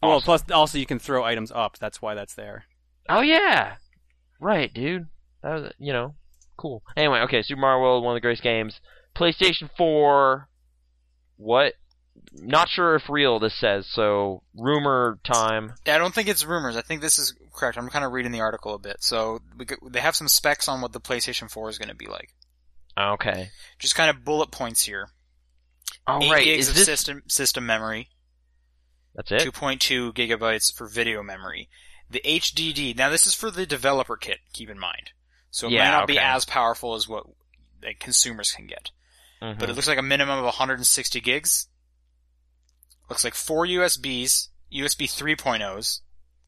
Well, Awesome. plus also you can throw items up. That's why that's there. Oh yeah, right, dude. That was you know cool. Anyway, okay, Super Mario World, one of the greatest games. PlayStation Four. What? Not sure if real. This says so. Rumor time. I don't think it's rumors. I think this is correct. I'm kind of reading the article a bit. So we could, they have some specs on what the PlayStation 4 is going to be like. Okay. Just kind of bullet points here. All Eight right. gigs Is of this? system system memory. That's it. 2.2 gigabytes for video memory. The HDD, now this is for the developer kit, keep in mind. So it Yeah, might not be okay. as powerful as what like, consumers can get. Mhm. But it looks like a minimum of 160 gigs. Looks like four USBs, USB 3.0s,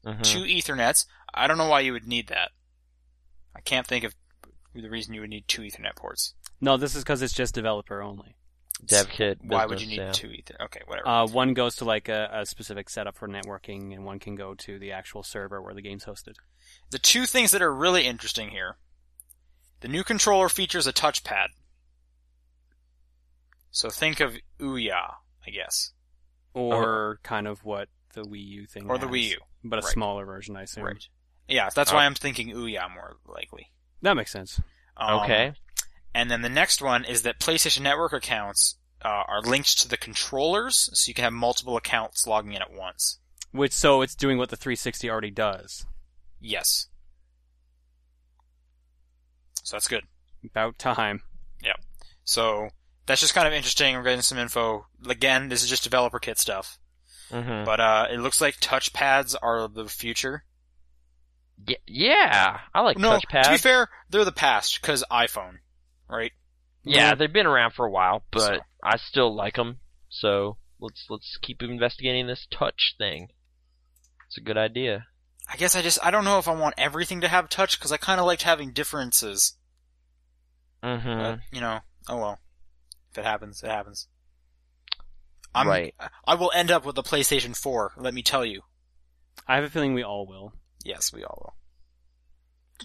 Mhm. two Ethernets. I don't know why you would need that. I can't think of the reason you would need two Ethernet ports. No, this is because it's just developer only. Dev kit. Why would you need business, yeah. two Ether? Okay, whatever. Uh, one goes to like a, a specific setup for networking, and one can go to the actual server where the game's hosted. the two things that are really interesting here the new controller features a touchpad. So think of Ouya, I guess, Or kind of what the Wii U thing Oh, or the has, Wii U. But a Right. smaller version, I assume. Right. Yeah, that's why Oh. I'm thinking Ouya more likely. That makes sense. Um, okay. And then the next one is that PlayStation Network accounts uh, are linked to the controllers, so you can have multiple accounts logging in at once. Which so it's doing what the 360 already does. Yes. So that's good. About time. So that's just kind of interesting. We're getting some info. Again, this is just developer kit stuff. Hmm. Mm-hmm. But uh, it looks like touchpads are the future. Yeah, yeah, I like no, touchpads. to be fair, they're the past because iPhone, right? yeah, Yeah. they've been around for a while, but So- I still like them. So let's let's keep investigating this touch thing. It's a good idea. I guess I just I don't know if I want everything to have touch because I kind of liked having differences. Mm-hmm. But, Hmm. you know, oh well. If it happens, it happens. I'm, Right. I will end up with the PlayStation 4. Let me tell you. I have a feeling we all will. Yes, we all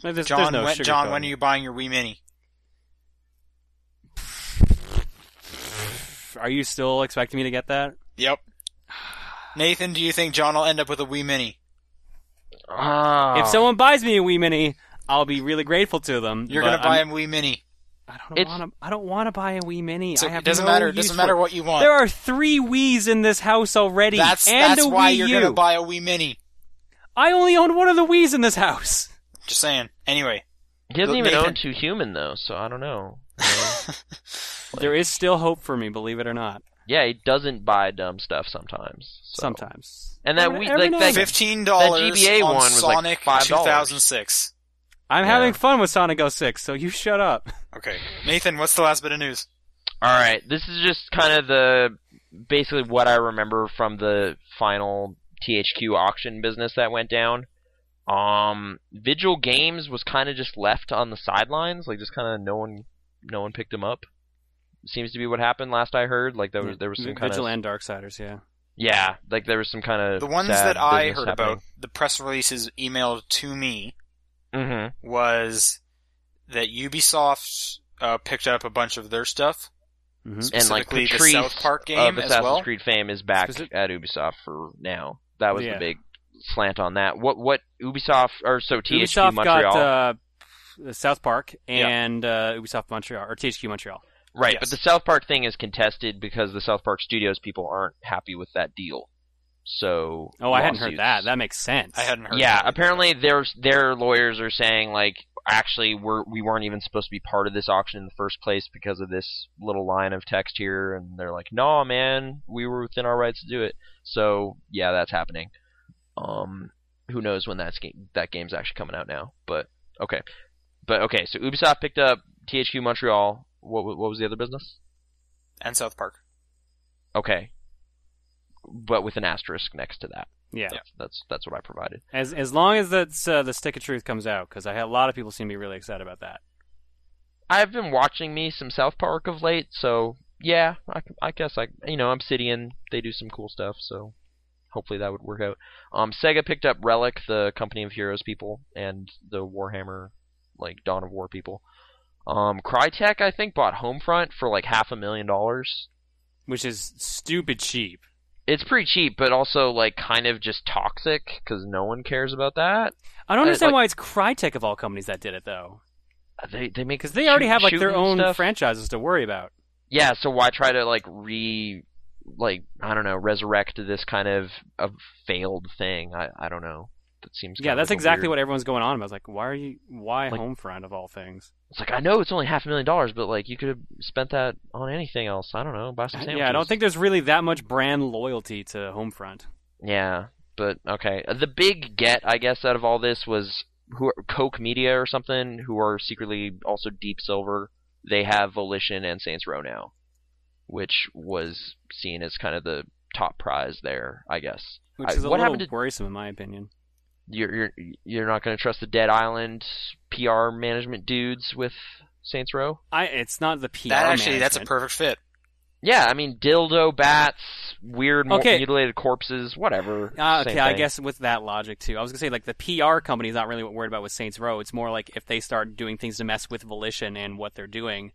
There's, will. there's John, no when, sugarcoating. John, when are you buying your Wii Mini? Are you still expecting me to get that? Yep. <sighs> Nathan, do you think John will end up with a Wii Mini? Uh. Ah, If someone buys me a Wii Mini, I'll be really grateful to them. You're but gonna buy I'm- a Wii Mini. I don't It's- want to. I don't want to buy a Wii Mini. So I have it doesn't no matter. It use doesn't for matter what you want. There are three Wii's in this house already, that's and that's a why Wii you're U. gonna buy a Wii Mini. I only own one of the Wii's in this house. Just saying. Anyway, he doesn't Look, even Nathan- own two human though, so I don't know. There is still hope for me, believe it or not. yeah, he doesn't buy dumb stuff sometimes. so. Sometimes. And that Every- Wii- every like now that- and then. fifteen dollars GBA on one was like Sonic $5. 2006. I'm Yeah. having fun with Sonic 06, so you shut up. Okay, Nathan, what's the last bit of news? All right, this is just kind of the basically what I remember from the final THQ auction business that went down. Um, Vigil Games was kind of just left on the sidelines, like just kind of no one, no one picked him up. Seems to be what happened last I heard. Like there was there was some kind mm, Vigil of and Darksiders, yeah. yeah, like there was some kind of The ones sad that I business heard about, the press releases emailed to me happening. was that Ubisoft uh, picked up a bunch of their stuff, Mhm. Hmm. and like specifically the Patrice South Park of game as Assassin's well. Creed fame is back Specific- at Ubisoft for now. That was Yeah. the big slant on that. What what Ubisoft or so THQ Ubisoft Montreal got uh, South Park Yeah. and uh, Ubisoft Montreal or THQ Montreal. right? yes. But the South Park thing is contested because the South Park Studios people aren't happy with that deal. So Oh, I hadn't heard lawsuits. that. That makes sense. I hadn't heard. yeah, that. apparently their their lawyers are saying like actually we're we weren't even supposed to be part of this auction in the first place because of this little line of text here, and they're like, no, man, we were within our rights to do it. So yeah, that's happening. Um, who knows when that's game, that game's actually coming out now? But okay, but okay. So Ubisoft picked up THQ Montreal. What wa- what was the other business? and South Park. Okay, but with an asterisk next to that. Yeah. That's that's, that's what I provided. As as long as that's, uh, the stick of truth comes out, because I had a lot of people seem to be really excited about that. I've been watching me some South Park of late, so yeah, I, I guess I you know Obsidian they do some cool stuff, so hopefully that would work out. Um, Sega picked up Relic, the Company of Heroes people, and the Warhammer like Dawn of War people. Um, Crytek I think bought Homefront for like half a million dollars. Which is stupid cheap. It's pretty cheap, but also like kind of just toxic because no one cares about that. I don't Uh, understand like- why it's Crytek of all companies that did it though, They they make because they already shoot- have like their shooting own stuff. franchises to worry about. yeah, so why try to like re like I don't know, resurrect this kind of of failed thing. I I don't know. That seems Yeah, kinda that's like a exactly weird- what everyone's going on about. It's like, why are you? Why Like- Homefront of all things? It's like I know it's only half a million dollars, but like you could have spent that on anything else. I don't know, buy some sandwiches. Uh, Yeah, I don't think there's really that much brand loyalty to Homefront. Yeah, but okay. The big get I guess out of all this was who are, Coke Media or something who are secretly also Deep Silver. They have Volition and Saints Row now, which was seen as kind of the top prize there, I guess. Which I- is a what little happened to- worrisome in my opinion. you're you're you're not going to trust the Dead Island PR management dudes with Saints Row. I it's not the PR. that actually, that's a management. perfect fit. Yeah, I mean dildo bats, weird mor- Okay. mutilated corpses, whatever. Ah, same okay, I thing. guess with that logic too. I was gonna say like the PR company's not really worried about with Saints Row. It's more like if they start doing things to mess with Volition and what they're doing.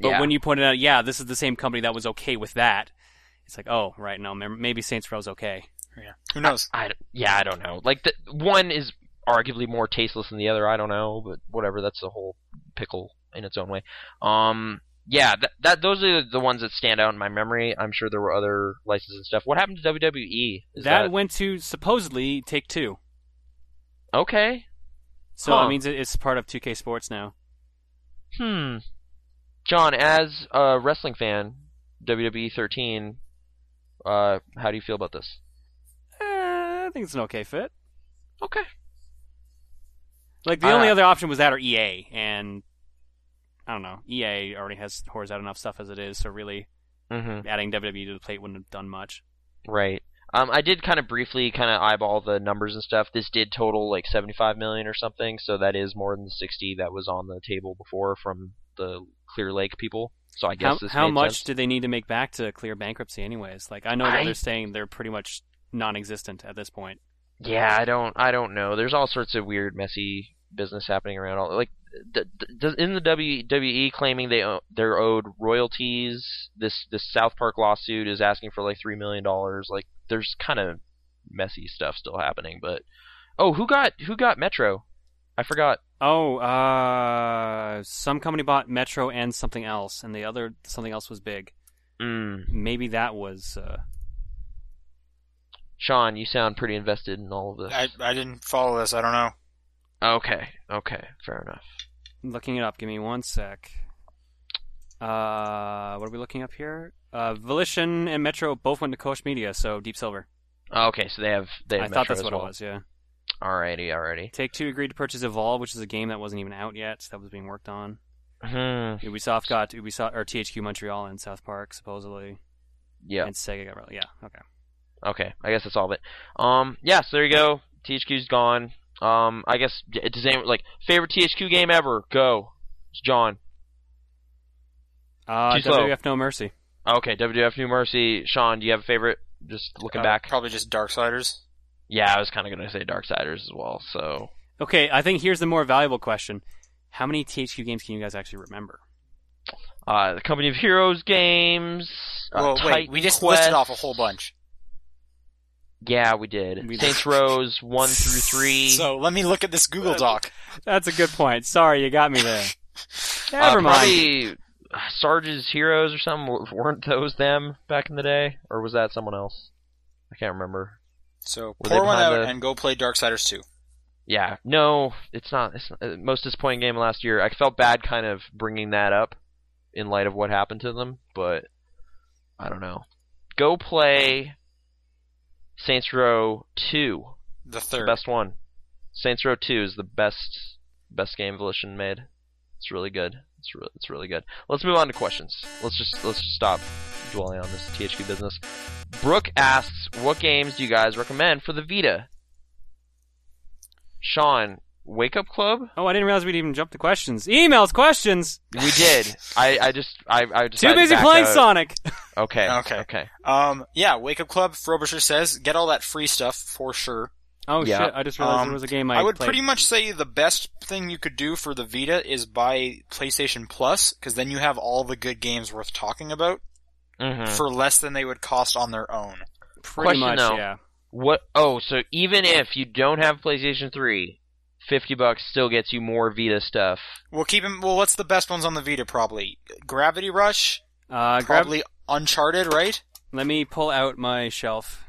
But Yeah. when you pointed out, yeah, this is the same company that was okay with that. It's like, oh, right, no, mem- maybe Saints Row's okay. Who knows? I d- yeah, I don't know. Like the one is arguably more tasteless than the other. I don't know, but whatever. That's a whole pickle in its own way. Um, yeah, that, that those are the ones that stand out in my memory. I'm sure there were other licenses and stuff. What happened to WWE? Is that, that, went to supposedly Take Two, okay? so Huh. it means it- it's part of 2K Sports now. Hmm. John, as a wrestling fan, WWE 13. Uh, how do you feel about this? Eh, I think it's an okay fit. Okay. Like the only Uh, other option was that or EA, and I don't know. EA already has whores out enough stuff as it is, so really Mm-hmm. adding WWE to the plate wouldn't have done much. Right. Um, I did kind of briefly kind of eyeball the numbers and stuff. This did total like 75 million or something, so that is more than the 60 that was on the table before from the Clear Lake people. So I guess How, this how made much sense. do they need to make back to clear bankruptcy, anyways? Like I know that I- they're saying they're pretty much non-existent at this point. Yeah, I don't, I don't know. There's all sorts of weird, messy business happening around. All like, th- th- in the WWE claiming they owe, they're owed royalties. This this South Park lawsuit is asking for like three million dollars. Like, there's kind of messy stuff still happening. But oh, who got who got Metro? I forgot. Oh, uh, some company bought Metro and something else, and the other something else was big. Mm. Maybe that was. Uh, Sean, you sound pretty invested in all of this. I, I didn't follow this. I don't know. okay, okay, fair enough. looking it up. Give me one sec. Uh, what are we looking up here? Uh, Volition and Metro both went to Koch Media, so Deep Silver. Okay, so they have they I have thought Metro that's as what well. it was. Yeah. Alrighty, alrighty. Take Two agreed to purchase Evolve, which is a game that wasn't even out yet. That was being worked on. Hmm. Ubisoft got Ubisoft or THQ Montreal and South Park supposedly, Yeah. and Sega got yeah okay. Okay, I guess that's all of it. Um, yeah, so there you go. THQ's gone. Um, I guess d- does anyone like favorite THQ game ever? Go, it's John. Uh, Too slow. WWF Uh, No Mercy. Okay, WWF New Mercy. Sean, do you have a favorite? Just looking Uh, back. Probably just Darksiders. Yeah, I was kind of gonna say Darksiders as well. So Okay, I think here's the more valuable question: How many THQ games can you guys actually remember? uh, the Company of Heroes games. uh, well, wait, Titan we just Quest. listed off a whole bunch. Yeah, we did. We did. Saints Rose one through three. So let me look at this Google Doc. That's a good point. Sorry, you got me <laughs> there. Uh, Never mind. Probably uh, Sarge's Heroes or something. W- Weren't those them back in the day, or was that someone else? I can't remember. So Were they pour one out behind the- and go play Darksiders 2. Yeah, no, it's not. It's uh, most disappointing game last year. I felt bad kind of bringing that up in light of what happened to them, but I don't know. Go play Saints Row Two, The the third. best one. Saints Row Two is the best best game Volition made. It's really good. It's re- it's really good. Let's move on to questions. Let's just let's just stop dwelling on this THQ business. Brooke asks, "What games do you guys recommend for the Vita?" Sean, Wake Up Club. Oh, I didn't realize we'd even jump to questions. Emails, questions. We did. I, I just I I just Too busy playing Sonic. Okay. Okay. Okay. Um, yeah, Wake Up Club, Frobisher says, get all that free stuff for sure. Oh Yeah. shit! I just realized Um, there was a game I, I, would played. pretty much say the best thing you could do for the Vita is buy PlayStation Plus, because then you have all the good games worth talking about Mm. Mm-hmm. for less than they would cost on their own. pretty Question, much though. yeah. What? Oh, so even if you don't have PlayStation Three, fifty bucks still gets you more Vita stuff. Well, keep in, well, what's the best ones on the Vita, probably? Gravity Rush, Uh, grab. probably Uncharted, right? Let me pull out my shelf.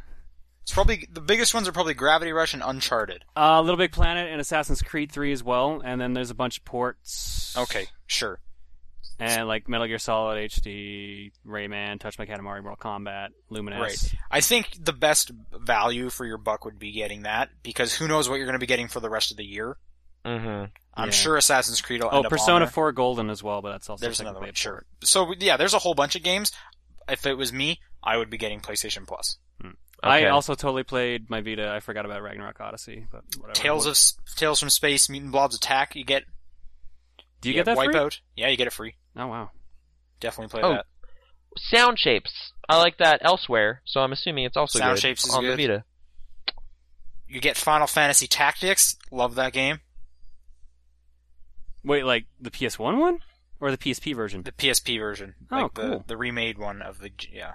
It's probably, the biggest ones are probably Gravity Rush and Uncharted. Uh, Little Big Planet and Assassin's Creed 3 as well, and then there's a bunch of ports. Okay, sure. And like Metal Gear Solid HD, Rayman, Touch My Katamari, Mortal Kombat, Lumines. Right. I think the best value for your buck would be getting that, because who knows what you're going to be getting for the rest of the year. Mm-hmm. I'm Yeah. sure Assassin's Creed will Oh, end up on Persona there. 4 Golden as well, but that's also There's technically another a one, port. sure. So yeah, there's a whole bunch of games. If it was me, I would be getting PlayStation Plus. I Okay. also totally played my Vita. I forgot about Ragnarok Odyssey, but whatever. Tales of S- Tales from Space, Mutant Blob's Attack. You get Do you get that free? Wipeout. Yeah, you get it free. Oh wow. Definitely play Oh. that. Sound Shapes. I like that elsewhere, so I'm assuming it's also Sound good Shapes is on good. the Vita. You get Final Fantasy Tactics. Love that game. Wait, like the PS1 one or the PSP version? The PSP version. Oh, like the, cool. the remade one of the yeah.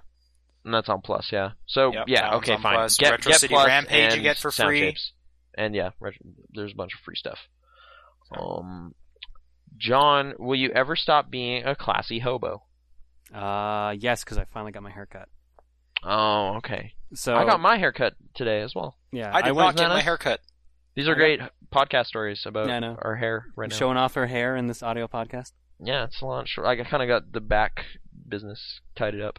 And that's on Plus, yeah. So Yep, that yeah, one's okay, on fine. Plus. Get, Retro get City Plus Rampage you and get for Sound free. Shapes. And yeah, retro, there's a bunch of free stuff. Um, John, will you ever stop being a classy hobo? Uh, yes, because I finally got my haircut. Oh, okay. So I got my haircut today as well. yeah. I did went not get Nana. my haircut. These are I got- great podcast stories about Yeah, I know. our hair right now. showing off her hair in this audio podcast. Yeah, it's a lot short. I kind of got the back business tied it up.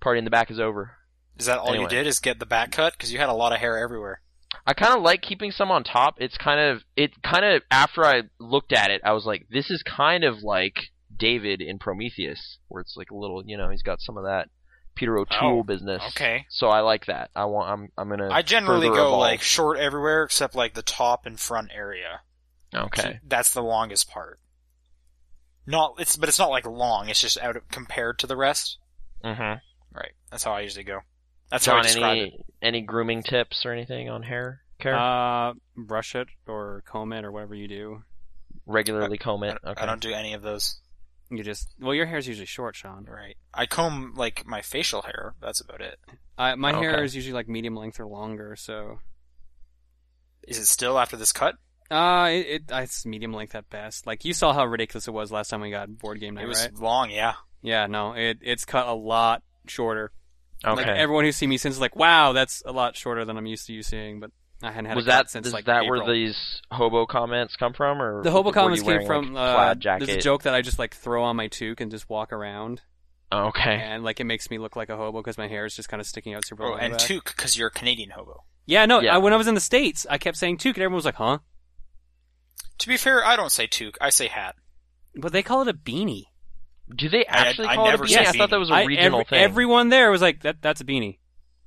Party in the back is over. Is that all you Anyway. did? Is get the back cut because you had a lot of hair everywhere. I kind of like keeping some on top. It's kind of it kind of after I looked at it, I was like, this is kind of like David in Prometheus, where it's like a little, you know, he's got some of that Peter O'Toole Oh, business. okay. So I like that. I want. I'm. I'm gonna. I generally further go evolve. like short everywhere except like the top and front area. Okay. That's the longest part. Not it's but it's not like long. It's just out of, compared to the rest. Mm-hmm. Right. That's how I usually go. That's how I John, describe it. any any grooming tips or anything on hair care? Uh, brush it or comb it or whatever you do. Regularly comb I it. don't- Okay. I don't do any of those. You just well, your hair's usually short, Sean. Right. I comb like my facial hair. That's about it. I, my hair Okay. is usually like medium length or longer, so Is it still after this cut? uh, it, it it's medium length at best. Like you saw how ridiculous it was last time we got board game night, it was right? long, yeah. Yeah, no, it it's cut a lot shorter. okay. Like everyone who's seen me since is like, wow, that's a lot shorter than I'm used to you seeing, but I hadn't had was a cut that since is like that April. where these hobo comments come from, or The hobo were you comments came wearing, from like, uh, plaid jacket? there's a joke that I just like throw on my toque and just walk around, Okay. and like it makes me look like a hobo because my hair is just kind of sticking out super Oh, long. and back. toque because you're a Canadian hobo. yeah, no, Yeah. I, when I was in the states, I kept saying toque, and everyone was like, huh? To be fair, I don't say toque. I say hat. But they call it a beanie. Do they I- actually I call it a never beanie? said I thought that was a I- regional every- thing. Everyone there was like, "That that's a beanie."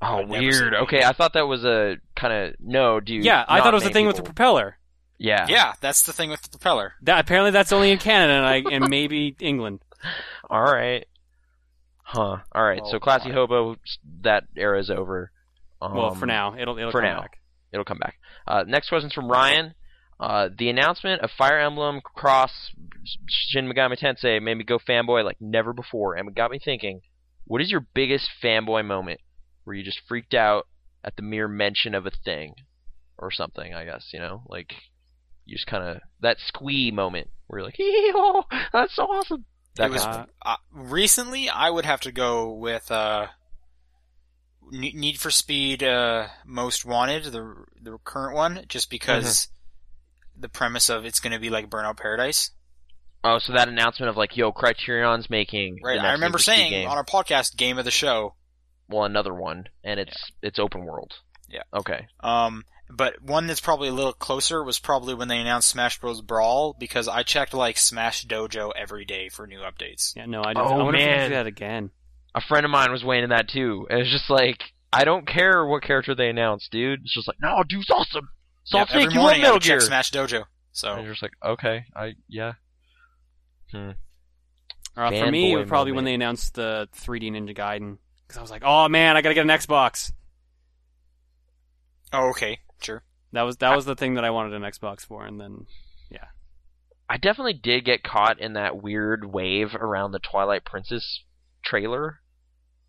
oh, I've never said weird. beanie. Okay, I thought that was a kind of no, dude. yeah, I not thought it was the many thing with the people- propeller. yeah. Yeah, that's the thing with the propeller. That apparently that's only in Canada and, I, <laughs> and maybe England. All right. Huh. All right. Oh, so classy God. hobo, that era is over. Um, Well, for now, it'll it'll for come now. back. it'll come back. Uh, next question's from Ryan. Uh, the announcement of Fire Emblem Cross Shin Megami Tensei made me go fanboy like never before, and it got me thinking: What is your biggest fanboy moment where you just freaked out at the mere mention of a thing or something? I guess you know, like you just kind of that squee moment where you're like, <laughs> "Hee-hee-oh, that's so awesome." That It was- kind Uh, Uh, recently, I would have to go with uh, Ne- Need for Speed uh, Most Wanted, the the current one, just because Mm-hmm. the premise of it's going to be like Burnout Paradise. of- oh, so that announcement of like, "Yo, Criterion's making." the Right. next I remember Need for Speed saying game. on our podcast, game of the show, well another one, and it's it's open world. Yeah. Okay. Um, but one that's probably a little closer was probably when they announced Smash Bros. Brawl because I checked like Smash Dojo every day for new updates. Yeah, no, I just Oh, I wonder if we can man. do that again. a friend of mine was weighing in that too. And it's just like, I don't care what character they announce, dude. It's just like, no, dude's awesome. So Yeah, I'll every take you on morning I Metal would Gear. check Smash Dojo. And So you're just like, okay, I yeah. Uh, for me, it Fanboy was probably when moment. they announced the 3D Ninja Gaiden because I was like, "Oh man, I gotta get an Xbox." oh okay, sure. That was that was the thing that I wanted an Xbox for, and then I definitely did get caught in that weird wave around the Twilight Princess trailer,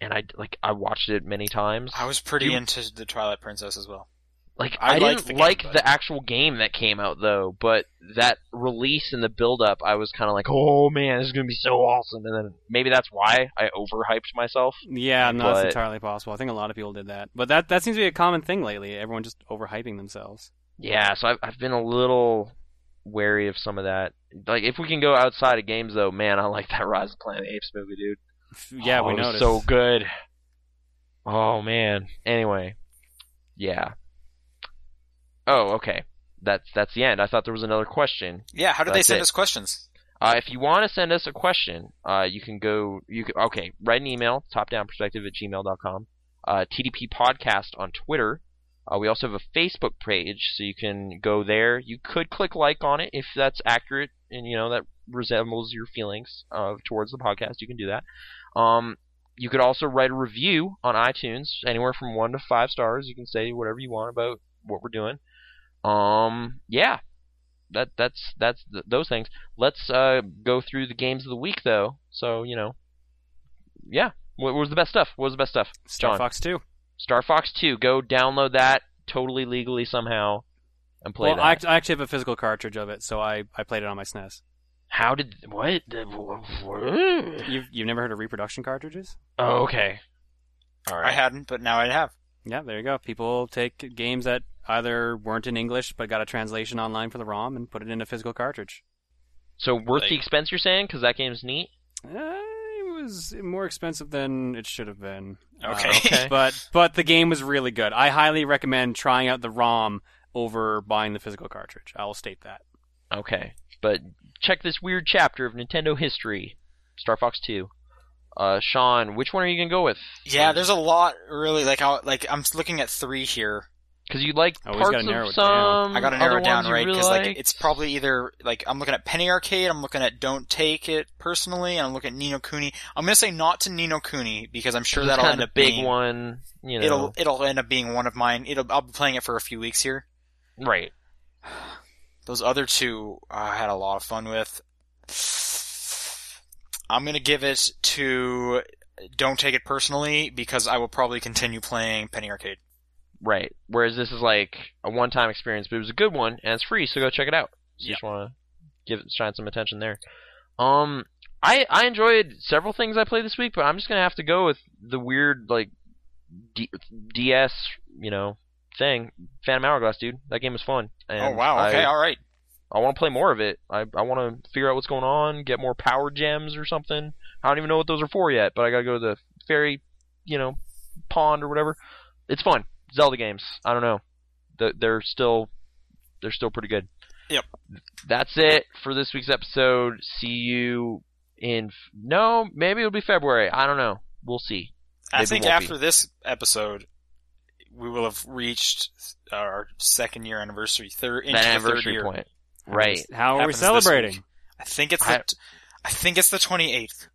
and I like I watched it many times. I was pretty You- into the Twilight Princess as well. Like I I, liked didn't the game, like but- the actual game that came out though, but that release and the build up, I was kind of like, oh man, this is gonna be so awesome, and then maybe that's why I overhyped myself. yeah, no, that's But- entirely possible. I think a lot of people did that, but that that seems to be a common thing lately. Everyone just overhyping themselves. Yeah, so I've, I've been a little wary of some of that. Like, if we can go outside of games, though, man, I like that Rise of the Planet of the Apes movie, dude. Yeah, Oh, we it was noticed. So good. Oh man. Anyway, yeah. Oh, okay. That's that's the end. I thought there was another question. Yeah, how did they That's send it. us questions? Uh, if you want to send us a question, uh, you can go. You can, okay, write an email, topdownperspective at gmail.com. Uh, TDP podcast on Twitter. Uh, we also have a Facebook page, so you can go there. You could click like on it if that's accurate and you know that resembles your feelings uh, towards the podcast. You can do that. Um, you could also write a review on iTunes, anywhere from one to five stars. You can say whatever you want about what we're doing. Um, yeah, that that's that's th- those things. Let's uh, go through the games of the week though. So you know, yeah, what, what was the best stuff? What was the best stuff? Star John. Fox 2. Star Fox Two. Go download that totally legally somehow and play well, that. I, act- I actually have a physical cartridge of it, so I, I played it on my E SNES. How did what? The- what? You've, you've never heard of reproduction cartridges? Oh, okay. All I hadn't, but now I have. Yeah, there you go. People take games that either weren't in English but got a translation online for the ROM and put it in a physical cartridge. So worth Like- the expense you're saying? Because that game's neat. Uh, it was more expensive than it should have been. <laughs> Okay. Uh, okay. but but the game was really good. I highly recommend trying out the ROM over buying the physical cartridge. I will state that. Okay, but check this weird chapter of Nintendo history. Star Fox Two. Uh, Sean, which one are you gonna go with? Yeah, there's a lot really like I like I'm looking at three here. Because you like Oh, he's parts gotta of narrow it down. some. I got to Mm, other narrow it down ones you right really because like liked. it's probably either like I'm looking at Penny Arcade, I'm looking at Don't Take It personally, and I'm looking at Nino Cooney. I'm gonna say not to Nino Cooney because I'm sure It's that'll kinda end the up big being, one. You know, It'll it'll end up being one of mine. It'll I'll be playing it for a few weeks here. right? Those other two I had a lot of fun with. I'm gonna give it to Don't Take It personally because I will probably continue playing Penny Arcade. Right. Whereas this is like a one-time experience, but it was a good one and it's free, so go check it out. So Yeah. just want to give shine some attention there. Um, I I enjoyed several things I played this week, but I'm just gonna have to go with the weird like D- DS, you know, thing. Phantom Hourglass, dude. That game was fun. And oh wow! Okay, I, all right. I want to play more of it. I I want to figure out what's going on, get more power gems or something. I don't even know what those are for yet, but I gotta go to the fairy, you know, pond or whatever. It's fun. Zelda games. I don't know. Th- They're still they're still pretty good. Yep. That's it for this week's episode. See you in f- no, maybe it'll be February. I don't know. We'll see. I Maybe think won't be. after this episode, we will have reached our second year anniversary, third into that the third anniversary year. point. Right. How are we Happens this week. celebrating? I think it's I- the, t- I think it's the twenty eighth.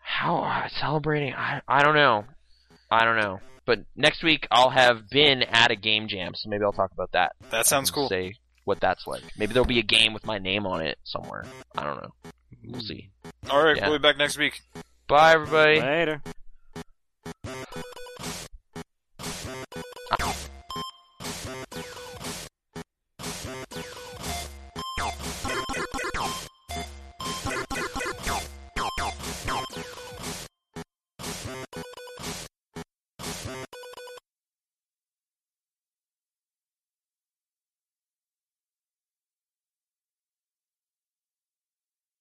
How uh, celebrating? I I don't know. I don't know. But next week I'll have been at a game jam, so maybe I'll talk about that. That sounds cool. Say what that's like. Maybe there'll be a game with my name on it Hmm. somewhere. I don't know. We'll see. All right, Yeah. we'll be back next week. Bye everybody. Later.